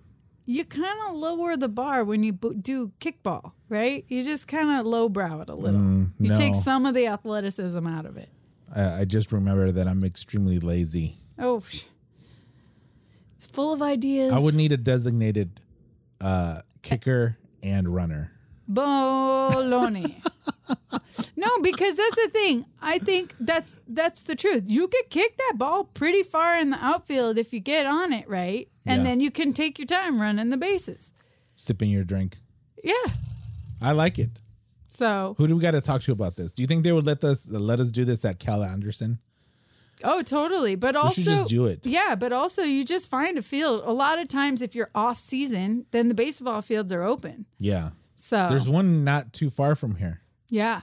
you kind of lower the bar when you bo- do kickball, right? You just kind of lowbrow it a little. you Mm, no. take some of the athleticism out of it. I, I just remember that I'm extremely lazy. Oh, psh. it's full of ideas. I would need a designated uh kicker and runner. bologna. no, because that's the thing. I think that's that's the truth. You could kick that ball pretty far in the outfield if you get on it right, and Yeah. then you can take your time running the bases. sipping your drink. Yeah. I like it. So, Who do we got to talk to about this? Do you think they would let us let us do this at Cal Anderson? oh, totally. But We also, should just do it. Yeah, but also you just find a field. A lot of times, if you're off season, then the baseball fields are open. Yeah. Oh. So There's one not too far from here. yeah,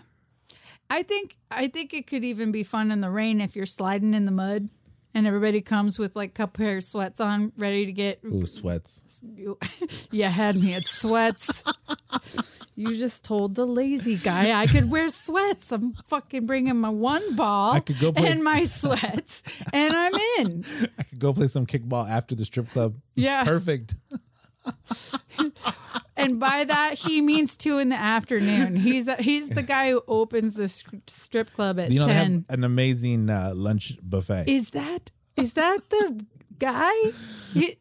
I think I think it could even be fun in the rain if you're sliding in the mud, and everybody comes with like couple pair of sweats on, ready to get. Ooh, sweats. You, you had me at sweats. you just told the lazy guy I could wear sweats. I'm fucking bringing my one ball I could go play- and my sweats, and I'm in. I could go play some kickball after the strip club. Yeah. Perfect. And by that he means two in the afternoon. He's he's the guy who opens the s- strip club at You know, they ten. have an amazing uh, lunch buffet. Is that is that the guy? He-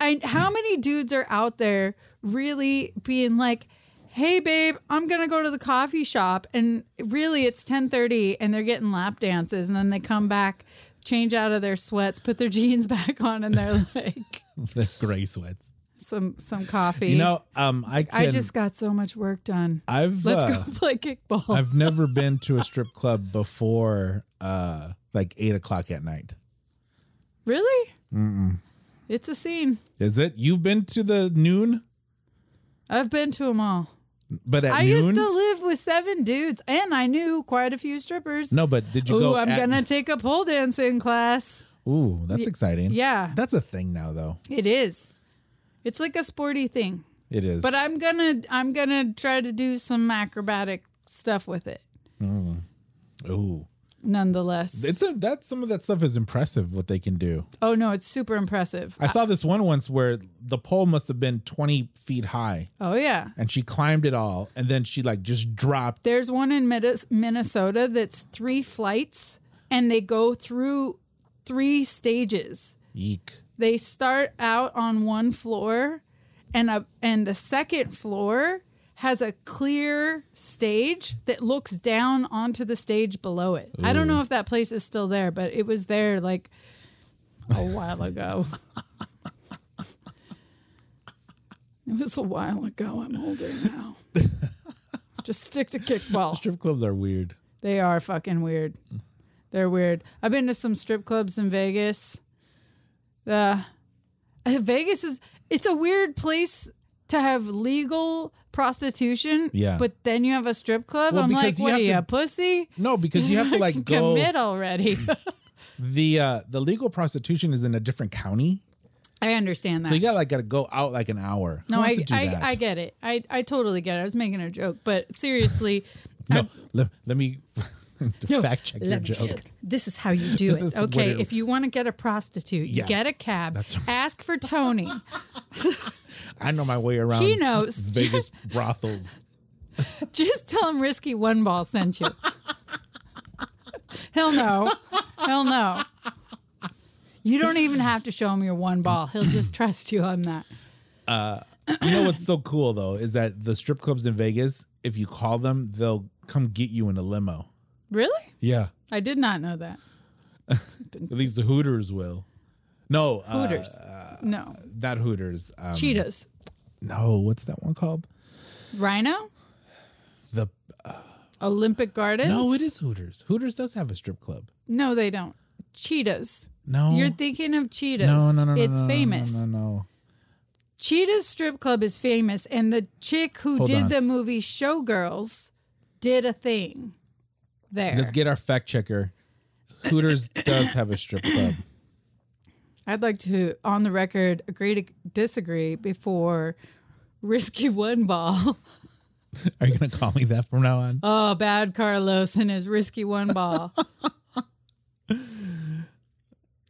I, how many dudes are out there really being like, "Hey, babe, I'm gonna go to the coffee shop," and really it's ten thirty, and they're getting lap dances, and then they come back, change out of their sweats, put their jeans back on, and they're like the gray sweats. some some coffee. You know, um, I can, I just got so much work done. I've Let's uh, go play kickball. I've never been to a strip club before uh, like eight o'clock at night. Really? Mm-mm. It's a scene. Is it? You've been to the noon, I've been to them all. but at I noon. used to live with seven dudes, and I knew quite a few strippers. no, but did you Ooh, go? I'm at- gonna take a pole dancing class. Ooh, that's exciting. Yeah, That's a thing now, though. it is. It's like a sporty thing, It is. but I'm gonna I'm gonna try to do some acrobatic stuff with it. Ooh, Nonetheless, it's a that some of that stuff is impressive. What they can do. oh no, it's super impressive. I saw this one once where the pole must have been twenty feet high, Oh yeah, and she climbed it all, and then she like just dropped. There's one in Mid- Minnesota that's three flights and they go through three stages. Eek. They start out on one floor and a, and the second floor has a clear stage that looks down onto the stage below it. I don't know if that place is still there, but it was there like a while ago. it was a while ago. I'm older now. Just stick to kickball. Strip clubs are weird. They are fucking weird. They're weird. I've been to some strip clubs in Vegas. The uh, Vegas is it's a weird place to have legal prostitution. Yeah. But then you have a strip club. Well, I'm like, because you what are have you, to- a pussy? No, because you have to like go. commit already. The uh, the legal prostitution is in a different county, I understand that. so you got like got to go out like an hour. no, Who I, wants to do I that? I get it. I, I totally get it. I was making a joke, but seriously, No, let, let me to No, fact check your let me joke. check. This is how you do This it. is what Okay, it- if you want to get a prostitute, you Yeah, get a cab. that's- Ask for Tony. I know my way around. He knows. Vegas brothels. Just tell him Risky One Ball sent you. He'll know. He'll know. You don't even have to show him your one ball. He'll just trust you on that. You know what's so cool though is that the strip clubs in Vegas, if you call them, they'll come get you in a limo. Really? Yeah, I did not know that. at least the Hooters will. No, uh, Hooters. no. not Hooters. Um, Cheetahs. no, what's that one called? Rhino? The Olympic Gardens? no, it is Hooters. Hooters does have a strip club. No, they don't. Cheetahs. No, You're thinking of cheetahs. no, no, no, no, It's no, no, famous. No, no, no. Cheetah's strip club is famous, and the chick who Hold did on. the movie Showgirls did a thing there. Let's get our fact checker. Hooters does have a strip club. I'd like to, on the record, agree to disagree before risky one ball. Are you gonna call me that from now on? Oh, bad Carlos and his risky one ball.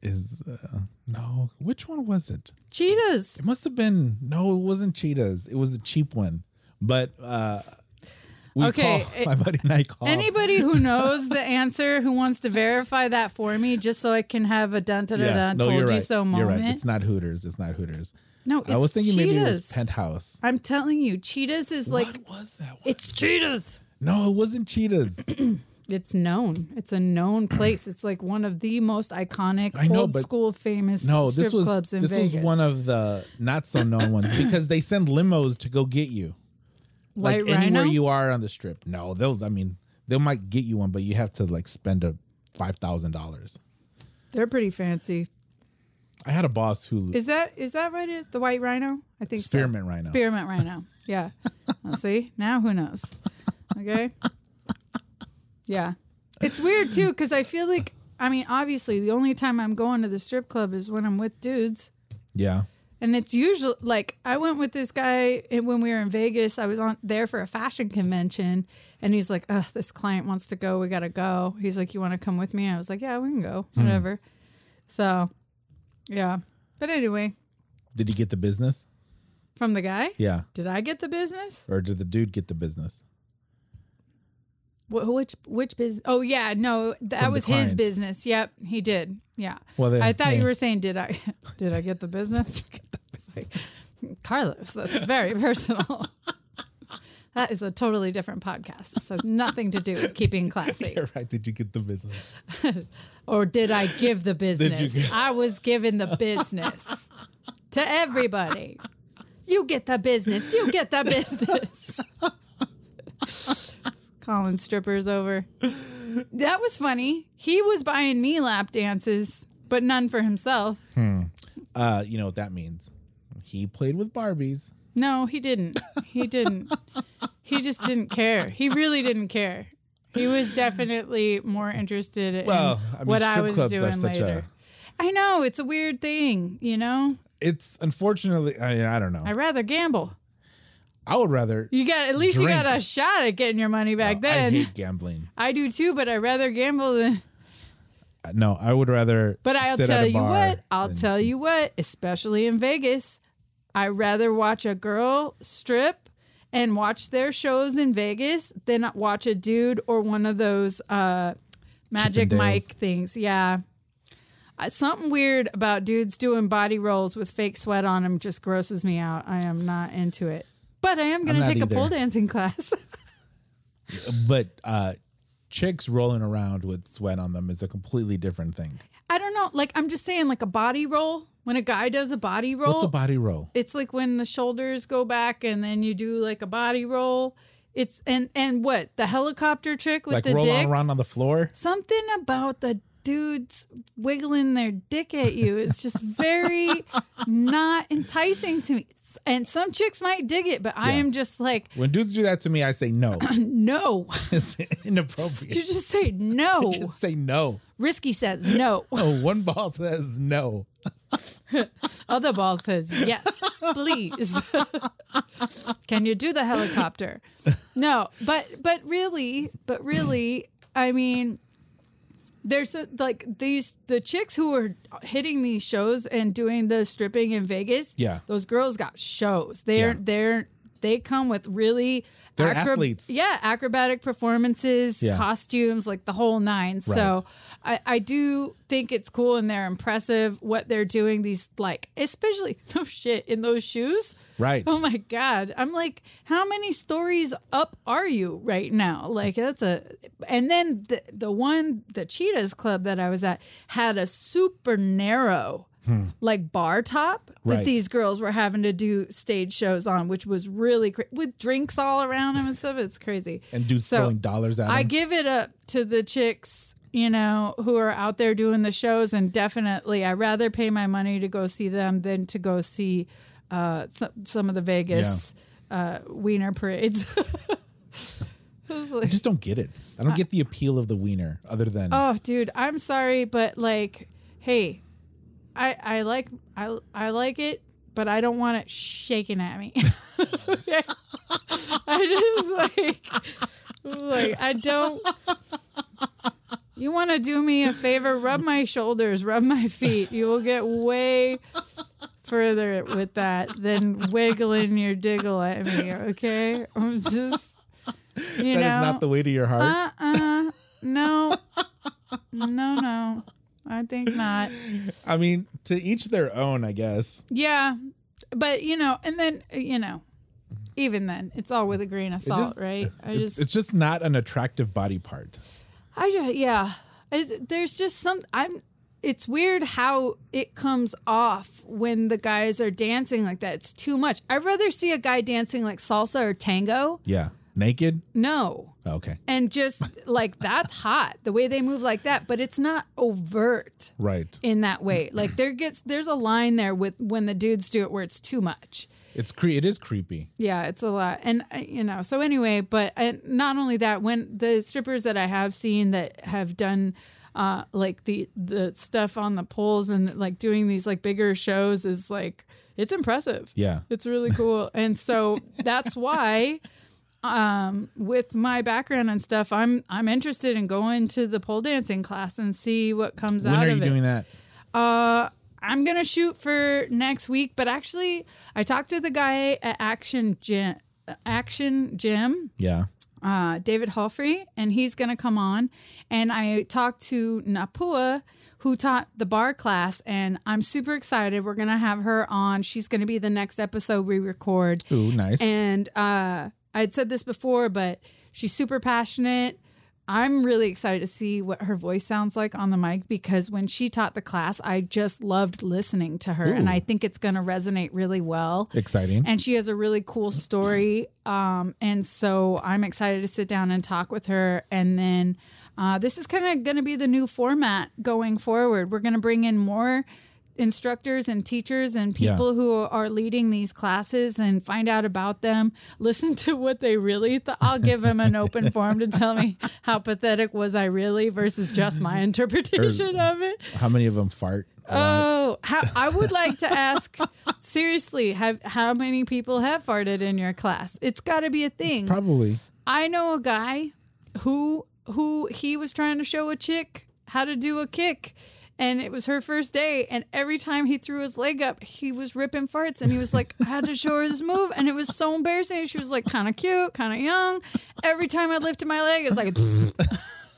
Is uh, no, which one was it? Cheetahs. It must have been no, it wasn't cheetahs. It was a cheap one. But uh we Okay, call it- my buddy and I call Anybody who knows the answer who wants to verify that for me, just so I can have a dun da da yeah, da no, told you're you right. so You're moment. right. It's not Hooters. It's not Hooters. no, it's I was thinking cheetahs. maybe it was Penthouse. I'm telling you, cheetahs is like what was that? One? it's cheetahs. No, it wasn't cheetahs. It's known. It's a known place. It's like one of the most iconic I know, old but- school famous No, strip this was clubs in this Vegas. was one of the not so known ones because they send limos to go get you. White like anywhere Rhino? you are on the strip. No, they'll I mean, they might get you one, but you have to like spend a five thousand dollars. They're pretty fancy. I had a boss who Is that is that right? Is the white rhino? I think so. Spearmint rhino. Spearmint rhino. Yeah. Well, see now who knows? Okay. Yeah, it's weird too because I feel like I mean obviously the only time I'm going to the strip club is when I'm with dudes. Yeah. And it's usually like I went with this guy and when we were in Vegas. I was on there for a fashion convention, and he's like, "Ugh, this client wants to go. We gotta go." He's like, "You want to come with me?" I was like, "Yeah, we can go. Hmm. Whatever." So, yeah. But anyway, Did he get the business? from the guy, Yeah. did I get the business? Or did the dude get the business? Wh- which which business? Oh yeah, no, that the was his clients. business. Yep, he did. Yeah. Well, they- I thought yeah. you were saying, "Did I did I get the business?" Carlos, that's very personal. that is a totally different podcast. This has nothing to do with keeping classy. You're right. Did you get the business? Or did I give the business? get- I was given the business to everybody. You get the business. You get the business. Calling strippers over. That was funny. He was buying me lap dances, but none for himself. Uh, you know what that means? He played with Barbies. No, he didn't. He didn't. he just didn't care. He really didn't care. He was definitely more interested in Well, I mean, what I strip was clubs are doing such a- later. I know it's a weird thing, you know. It's unfortunately, I, I don't know. I I, rather gamble. would rather. You got at least you got a Drink. shot at getting your money back I then. I, hate gambling. do too, but I rather gamble than. Uh, No, I would rather. But I'll sit at tell a you bar what. I'll than- tell you what. Especially in Vegas, I rather watch a girl strip and watch their shows in Vegas than watch a dude or one of those uh, Magic Chippendales. Mike things. Yeah. Uh, Something weird about dudes doing body rolls with fake sweat on them just grosses me out. I am not into it. But I am going to not take a either. pole dancing class. But uh, chicks rolling around with sweat on them is a completely different thing. I don't know. Like I'm just saying, like a body roll. When a guy does a body roll, What's a body roll? it's like when the shoulders go back and then you do like a body roll. It's and and what the helicopter trick with Like the roll dick. on around on the floor? Something about the dudes wiggling their dick at you is just very not enticing to me. And some chicks might dig it, but I Yeah. am just like, When dudes do that to me, I say no. no. it's You inappropriate. just say no. Just say no. Risky says no. Oh, one ball says no. Other ball says yes, please. Can you do the helicopter? No, but but really, but really, I mean, there's a, like these the chicks who are hitting these shows and doing the stripping in Vegas. Yeah. those girls got shows. They're Yeah. they're they come with really They're athletes. Yeah, acrobatic performances, Yeah. costumes, like the whole nine. So I, I do think it's cool and they're impressive what they're doing. These like especially no shit in those shoes. Right. Oh my god! I'm like, how many stories up are you right now? Like that's a, and then the the one the Cheetahs Club that I was at had a super narrow. Like bar top that Hmm. Right. these girls were having to do stage shows on, which was really cra- with drinks all around them and stuff. It's crazy. and dudes So, throwing dollars at I him. give it up to the chicks, you know, who are out there doing the shows, and definitely, I rather pay my money to go see them than to go see uh, some, some of the Vegas uh, wiener parades. I was I like, just don't get it. I don't get the appeal of the wiener other than oh, dude, I'm sorry, but like, hey, I I like I I like it, but I don't want it shaken at me. Okay? I just like like I don't. You want to do me a favor? Rub my shoulders, rub my feet. You will get way further with that than wiggling your diggle at me. Okay, I'm just. You that is know, not the way to your heart. uh uh no no no i think not I mean, to each their own, I guess. yeah but you know and then you know even then it's all with a grain of salt just- right i It's, just it's just not an attractive body part. i just yeah It's there's just some i'm it's weird how it comes off when the guys are dancing like that it's too much i'd rather see a guy dancing like salsa or tango Yeah. Naked? Oh, no Okay. and just like that's hot the way they move like that but it's not overt Right. in that way. Like there gets there's a line there with when the dudes do it where it's too much. It's cre- it is creepy. Yeah, it's a lot, and uh, you know. So anyway, but and not only that, when the strippers that I have seen that have done. Uh, like the the stuff on the poles and like doing these like bigger shows is like it's impressive. Yeah. It's really cool. And so that's why um with my background and stuff I'm I'm interested in going to the pole dancing class and see what comes When out are of you it. doing that? Uh, I'm gonna shoot for next week, but actually, I talked to the guy at Action Gym, Action Gym, Yeah. uh, David Humphrey, and he's gonna come on. And I talked to Napua, who taught the bar class, and I'm super excited. We're gonna have her on. She's gonna be the next episode we record. Ooh, nice. And uh, I'd said this before, but she's super passionate. I'm really excited to see what her voice sounds like on the mic because when she taught the class, I just loved listening to her, and I think it's going to resonate really well. Exciting. And she has a really cool story. Um, and so I'm excited to sit down and talk with her. And then uh, this is kind of going to be the new format going forward. We're going to bring in more instructors and teachers and Yeah. people who are leading these classes and find out about them listen to what they really thought i'll give them an open form to tell me how pathetic was i really versus just Er, my interpretation of it How many of them fart? A lot. Oh, how, I would like to ask seriously, have how many people have farted in your class? It's got to be a thing. Probably. I know a guy who who he was trying to show a chick how to do a kick and it was her first day and every time he threw his leg up he was ripping farts and he was like i had to show her this move and it was so embarrassing she was like kind of cute kind of young every time i lifted my leg it's like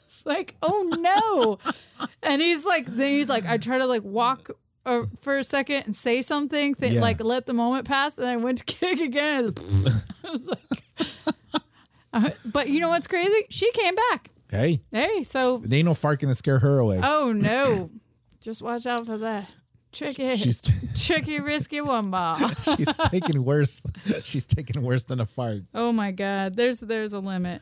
it's like oh no and he's like then he's like i try to like walk uh, for a second and say something th- Yeah. like let the moment pass and i went to kick again I was like uh, but you know what's crazy? She came back. Hey, Hey, so there ain't no fart gonna scare her away. oh no, Just watch out for that. Tricky, She's tricky, risky one ball. she's taken worse. She's taken worse than a fart. Oh my God, there's there's a limit.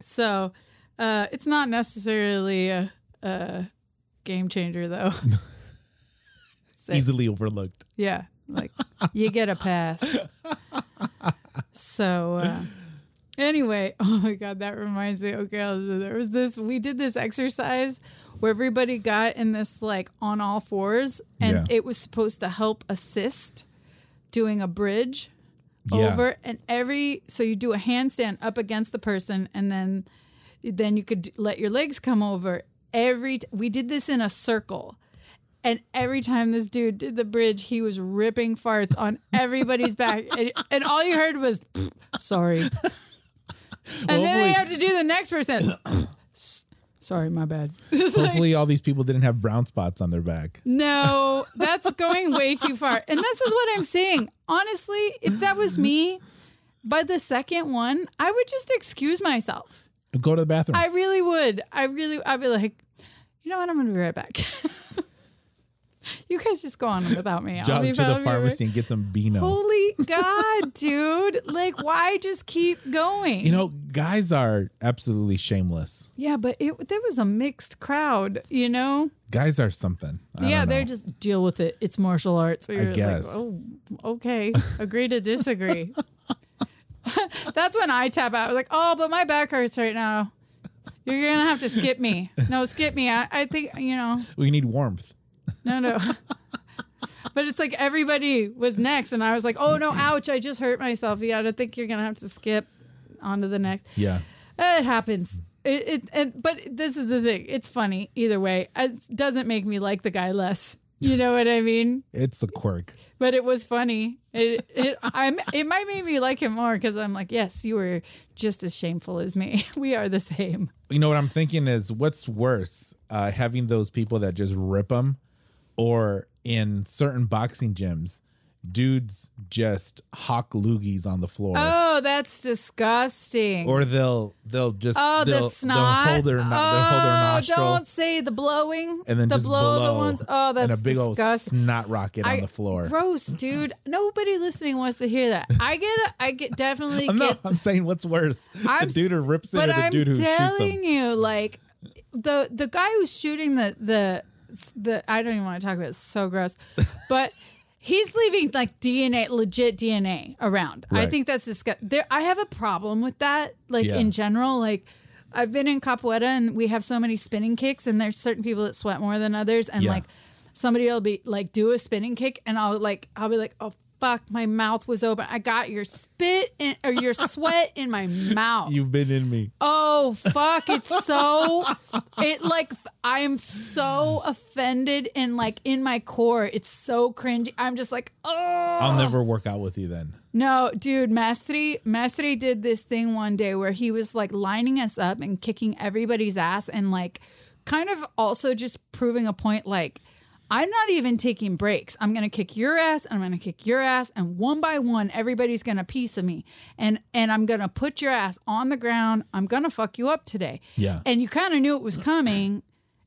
So, uh, it's not necessarily a, a game changer though. Sick. Easily overlooked. Yeah, like you get a pass. So uh, anyway, oh my god, that reminds me. Okay, I'll do- there was this. We did this exercise where everybody got in this like on all fours, and Yeah. it was supposed to help assist doing a bridge Yeah. over and every so you do a handstand up against the person and then then you could d- let your legs come over every t- we did this in a circle and every time this dude did the bridge he was ripping farts on everybody's back and, and all you heard was sorry and then hopefully- they have to do the next person "S- sorry my bad It's like- Hopefully, all these people didn't have brown spots on their back. no, that's going way too far. And this is what I'm saying. Honestly, if that was me, by the second one, I would just excuse myself. Go to the bathroom. I really would. I really, I'd be like, you know what? I'm going to be right back. you guys just go on without me. I'll Jog be to I'll the be right- pharmacy and get some Beano. Holy God, dude. Like, why just keep going? you know, guys are absolutely shameless. yeah, but it there was a mixed crowd, you know? Guys are something. I yeah, don't they're know. just deal with it. It's martial arts. You're like, guess. oh, okay. Agree to disagree. That's when I tap out. Like, oh, but my back hurts right now. You're gonna have to skip me. No, skip me. I, I think you know. we need warmth. No, no. But it's like everybody was next, and I was like, oh no, ouch! I just hurt myself. Yeah, I think you're gonna have to skip onto the next. Yeah. It happens. It, it and, but this is the thing. It's funny either way. It doesn't make me like the guy less. You know what I mean? It's a quirk. But it was funny. It it I'm it might make me like him more because I'm like, yes, you were just as shameful as me. We are the same. You know what I'm thinking is what's worse, uh, having those people that just rip them, or in certain boxing gyms, dudes just hawk loogies on the floor, Oh, that's disgusting. or they'll they'll just oh, they'll, the snot. they'll hold their no- they'll hold their oh, nostril don't say the blowing. and then the just blow, blow the ones. Oh, that's and a big old disgusting. snot rocket I- on the floor. Gross, dude. Nobody listening wants to hear that. I get, a, I get definitely I'm get not. I'm saying what's worse, I'm- the dude who rips it or but the I'm dude who shoots telling him. you, like the the guy who's shooting the the the I don't even want to talk about it. It's so gross, but. He's leaving like DNA, legit DNA around. I Right. think that's disgusting. There, I have a problem with that. Like Yeah. in general, like I've been in Capoeira and we have so many spinning kicks, and there's certain people that sweat more than others, and Yeah. like somebody will be like do a spinning kick, and I'll like I'll be like, oh fuck, my mouth was open. I got your spit in, or your sweat in my mouth. You've been in me. Oh fuck! It's so it like I'm so offended and like in my core, it's so cringy. I'm just like, oh, I'll never work out with you then. no, dude, Mastri Mastri did this thing one day where he was like lining us up and kicking everybody's ass and like kind of also just proving a point like I'm not even taking breaks. I'm gonna kick your ass, and I'm gonna kick your ass, and one by one, everybody's gonna piece of me, and and I'm gonna put your ass on the ground. I'm gonna fuck you up today. Yeah. And you kind of knew it was coming,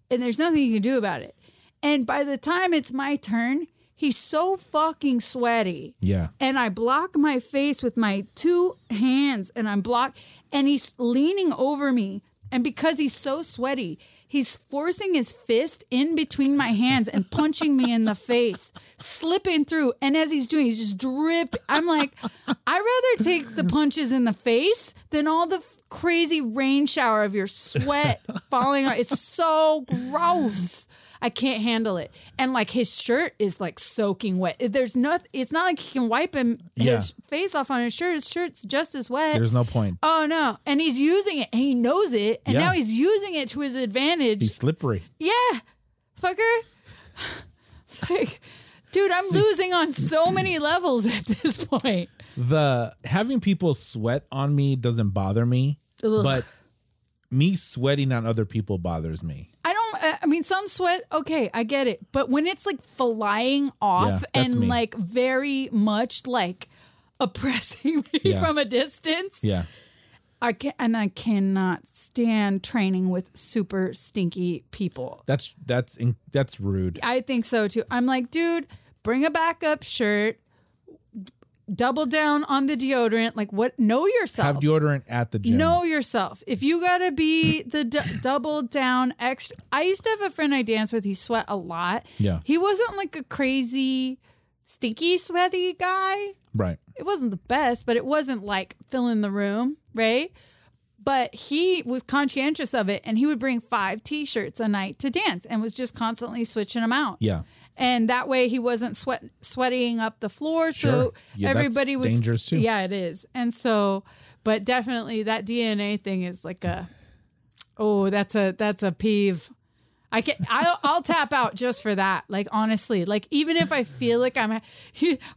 and there's nothing you can do about it. And by the time it's my turn, he's so fucking sweaty Yeah. and I block my face with my two hands and I'm block and he's leaning over me and because he's so sweaty he's forcing his fist in between my hands and punching me in the face slipping through and as he's doing he's just drip I'm like I rather take the punches in the face than all the f- crazy rain shower of your sweat falling on it's so gross I can't handle it. And like his shirt is like soaking wet. There's nothing. It's not like he can wipe him Yeah. his face off on his shirt. His shirt's just as wet. There's no point. oh no! And he's using it, and he knows it, and Yeah. now he's using it to his advantage. He's slippery. yeah, fucker. it's like, dude, I'm losing on so many levels at this point. the having people sweat on me doesn't bother me, Ugh. but me sweating on other people bothers me. I don't. uh, I- I mean, some sweat. Okay, I get it. But when it's like flying off Yeah, that's and me. like very much like oppressing me Yeah. from a distance, Yeah, I can and I cannot stand training with super stinky people. That's that's in, that's rude. I think so too. I'm like, dude, bring a backup shirt. Double down on the deodorant. Like, what? Know yourself. Have deodorant at the gym. Know yourself. If you gotta be the d- double down extra, I used to have a friend I danced with. He sweat a lot. Yeah. He wasn't like a crazy, stinky, sweaty guy Right. it wasn't the best, but it wasn't like filling the room, right? But he was conscientious of it and he would bring five t shirts a night to dance and was just constantly switching them out. Yeah. And that way he wasn't sweat sweating up the floor. Sure. So Yeah, that's everybody was dangerous too. Yeah, it is. And so but definitely that DNA thing is like a oh, that's a that's a peeve. I can I'll, I'll tap out just for that. Like honestly, like even if I feel like I'm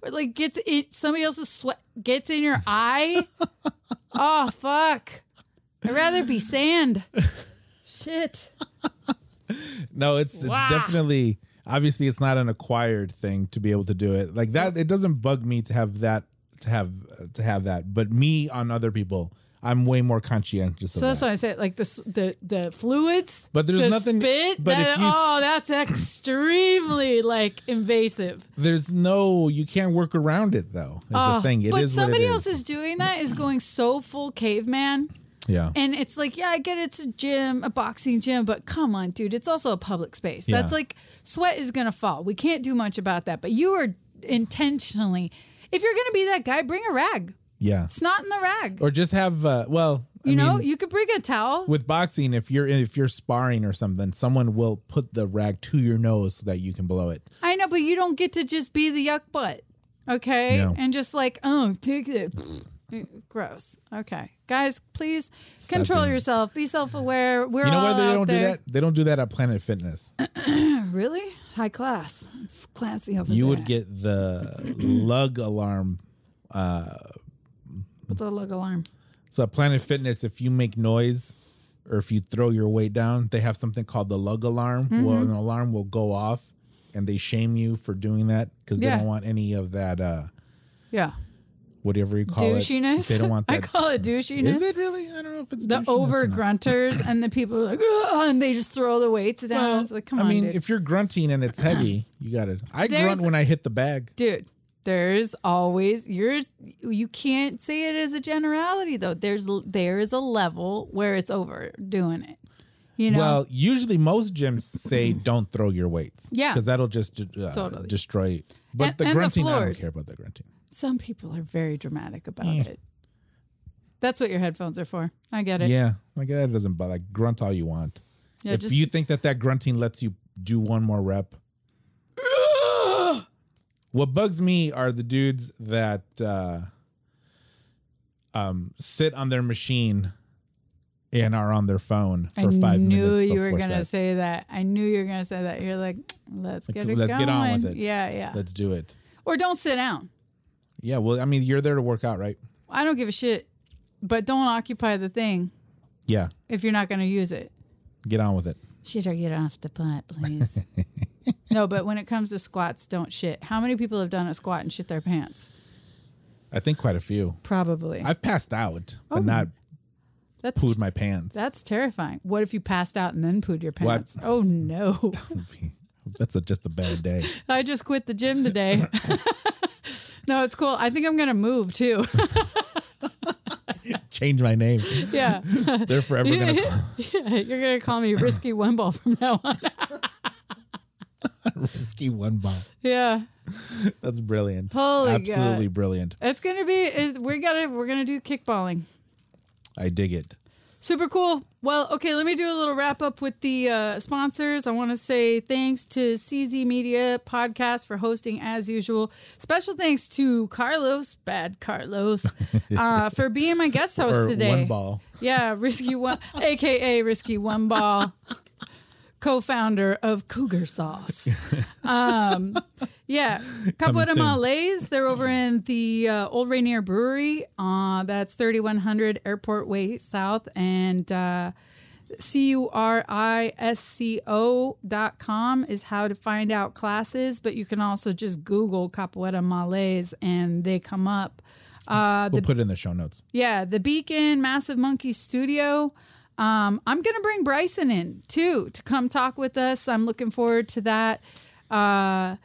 like gets it somebody else's sweat gets in your eye. oh fuck. I'd rather be sand. Shit. No, it's Wah. it's definitely obviously it's not an acquired thing to be able to do it like that. It doesn't bug me to have that to have to have that, but me on other people, I'm way more conscientious. So of that's that. why I say like the s- the the fluids. But there's the nothing- Spit, but if that- you s- oh, that's extremely like invasive. There's no you can't work around it though. Is the Oh, thing. It is but what somebody it is. else is doing that is going so full caveman, yeah. and it's like, yeah, I get it's a gym, a boxing gym, but come on, dude, it's also a public space. Yeah. That's like sweat is gonna fall. We can't do much about that. But you are intentionally, if you're gonna be that guy, bring a rag. yeah. Snot in the rag. Or just have uh, well, you I know, mean, you could bring a towel. with boxing, if you're if you're sparring or something, someone will put the rag to your nose so that you can blow it. I know, but you don't get to just be the yuck butt, okay? No. And just like, oh, take it. Gross. Okay, guys, please control doing it. yourself. Be self-aware. We're You know all why they out don't do there. that? They don't do that at Planet Fitness. Really high class. It's classy over You there. would get the lug alarm. What's a look alarm? So at Planet Fitness, if you make noise or if you throw your weight down, they have something called the lug alarm. Well, Mm-hmm. an alarm will go off, and they shame you for doing that because they Yeah. don't want any of that. uh Yeah, Whatever you call douchiness. it, they don't want that. I call it douchiness. Is it really? I don't know if it's douchiness The or over not. grunters and the people are like, "Ugh," and they just throw the weights down. it's like, come I on, mean, dude. if you're grunting and it's heavy, you got it. I There's- grunt when I hit the bag. dude there's always you're you can't say it as a generality though there's there is a level where it's overdoing it you know Well, usually most gyms say don't throw your weights. Yeah. because that'll just uh, Totally. destroy. But And- the and the grunting, I don't floors. care about the grunting. some people are very dramatic about Mm. it that's what your headphones are for i get it yeah, Yeah, like that doesn't bother. Like, grunt all you want. if just you think that that grunting lets you do one more rep, what bugs me are the dudes that uh, um, sit on their machine and are on their phone for I five knew minutes. you were before gonna set. say that. I knew you were gonna say that. You're like, let's get it let's going. get on with it. Yeah, yeah. Let's do it. or don't sit down. Yeah, well, I mean, you're there to work out, right? I don't give a shit, but don't occupy the thing Yeah, if you're not gonna use it. get on with it. Shit or get off the pot, please. no, but when it comes to squats, don't shit. How many people have done a squat and shit their pants? I think quite a few. Probably. I've passed out, but not that's pooed my pants. that's terrifying. What if you passed out and then pooed your Well, I- pants? Oh no. That's a, just a bad day. I just quit the gym today. no, it's cool. I think I'm gonna move too. Change my name. yeah. They're forever going to yeah. You're gonna call me Risky One Ball from now on. Risky one ball. yeah. That's brilliant. Holy God. Absolutely brilliant. It's gonna be it, we gotta we're gonna do kickballing. I dig it. Super cool. Well, okay, let me do a little wrap up with the uh, sponsors. I want to say thanks to CZ Media Podcast for hosting as usual. Special thanks to Carlos, bad Carlos, uh, for being my guest host Or today. one ball. Yeah, Risky One, aka Risky One Ball, co-founder of Cougar Sauce. Um, yeah, Capo Coming de soon. Malays. They're over in the uh, Old Rainier Brewery. Uh, that's 3100 Airport Way South and uh, C-U-R-I-S-C-O dot com is how to find out classes, but you can also just Google Capoeira Malays and they come up. Uh, We'll the, put it in the show notes. yeah, the Beacon Massive Monkey Studio. Um, I'm gonna bring Bryson in too to come talk with us. I'm looking forward to that. Uh,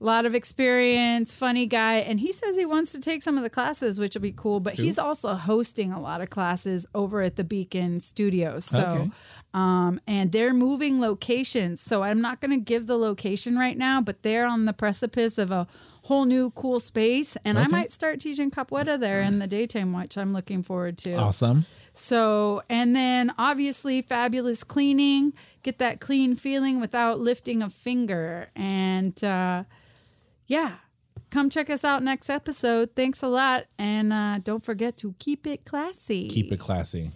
lot of experience, funny guy, and he says he wants to take some of the classes, which will be cool. But he's also hosting a lot of classes over at the Beacon Studios. So, Okay. um, and they're moving locations. So I'm not going to give the location right now, but they're on the precipice of a whole new cool space, and I Okay. might start teaching capoeira there in the daytime, which I'm looking forward to. Awesome. So, and then obviously, fabulous cleaning. Get that clean feeling without lifting a finger. And uh, yeah, come check us out next episode. Thanks a lot. And uh, don't forget to keep it classy. Keep it classy.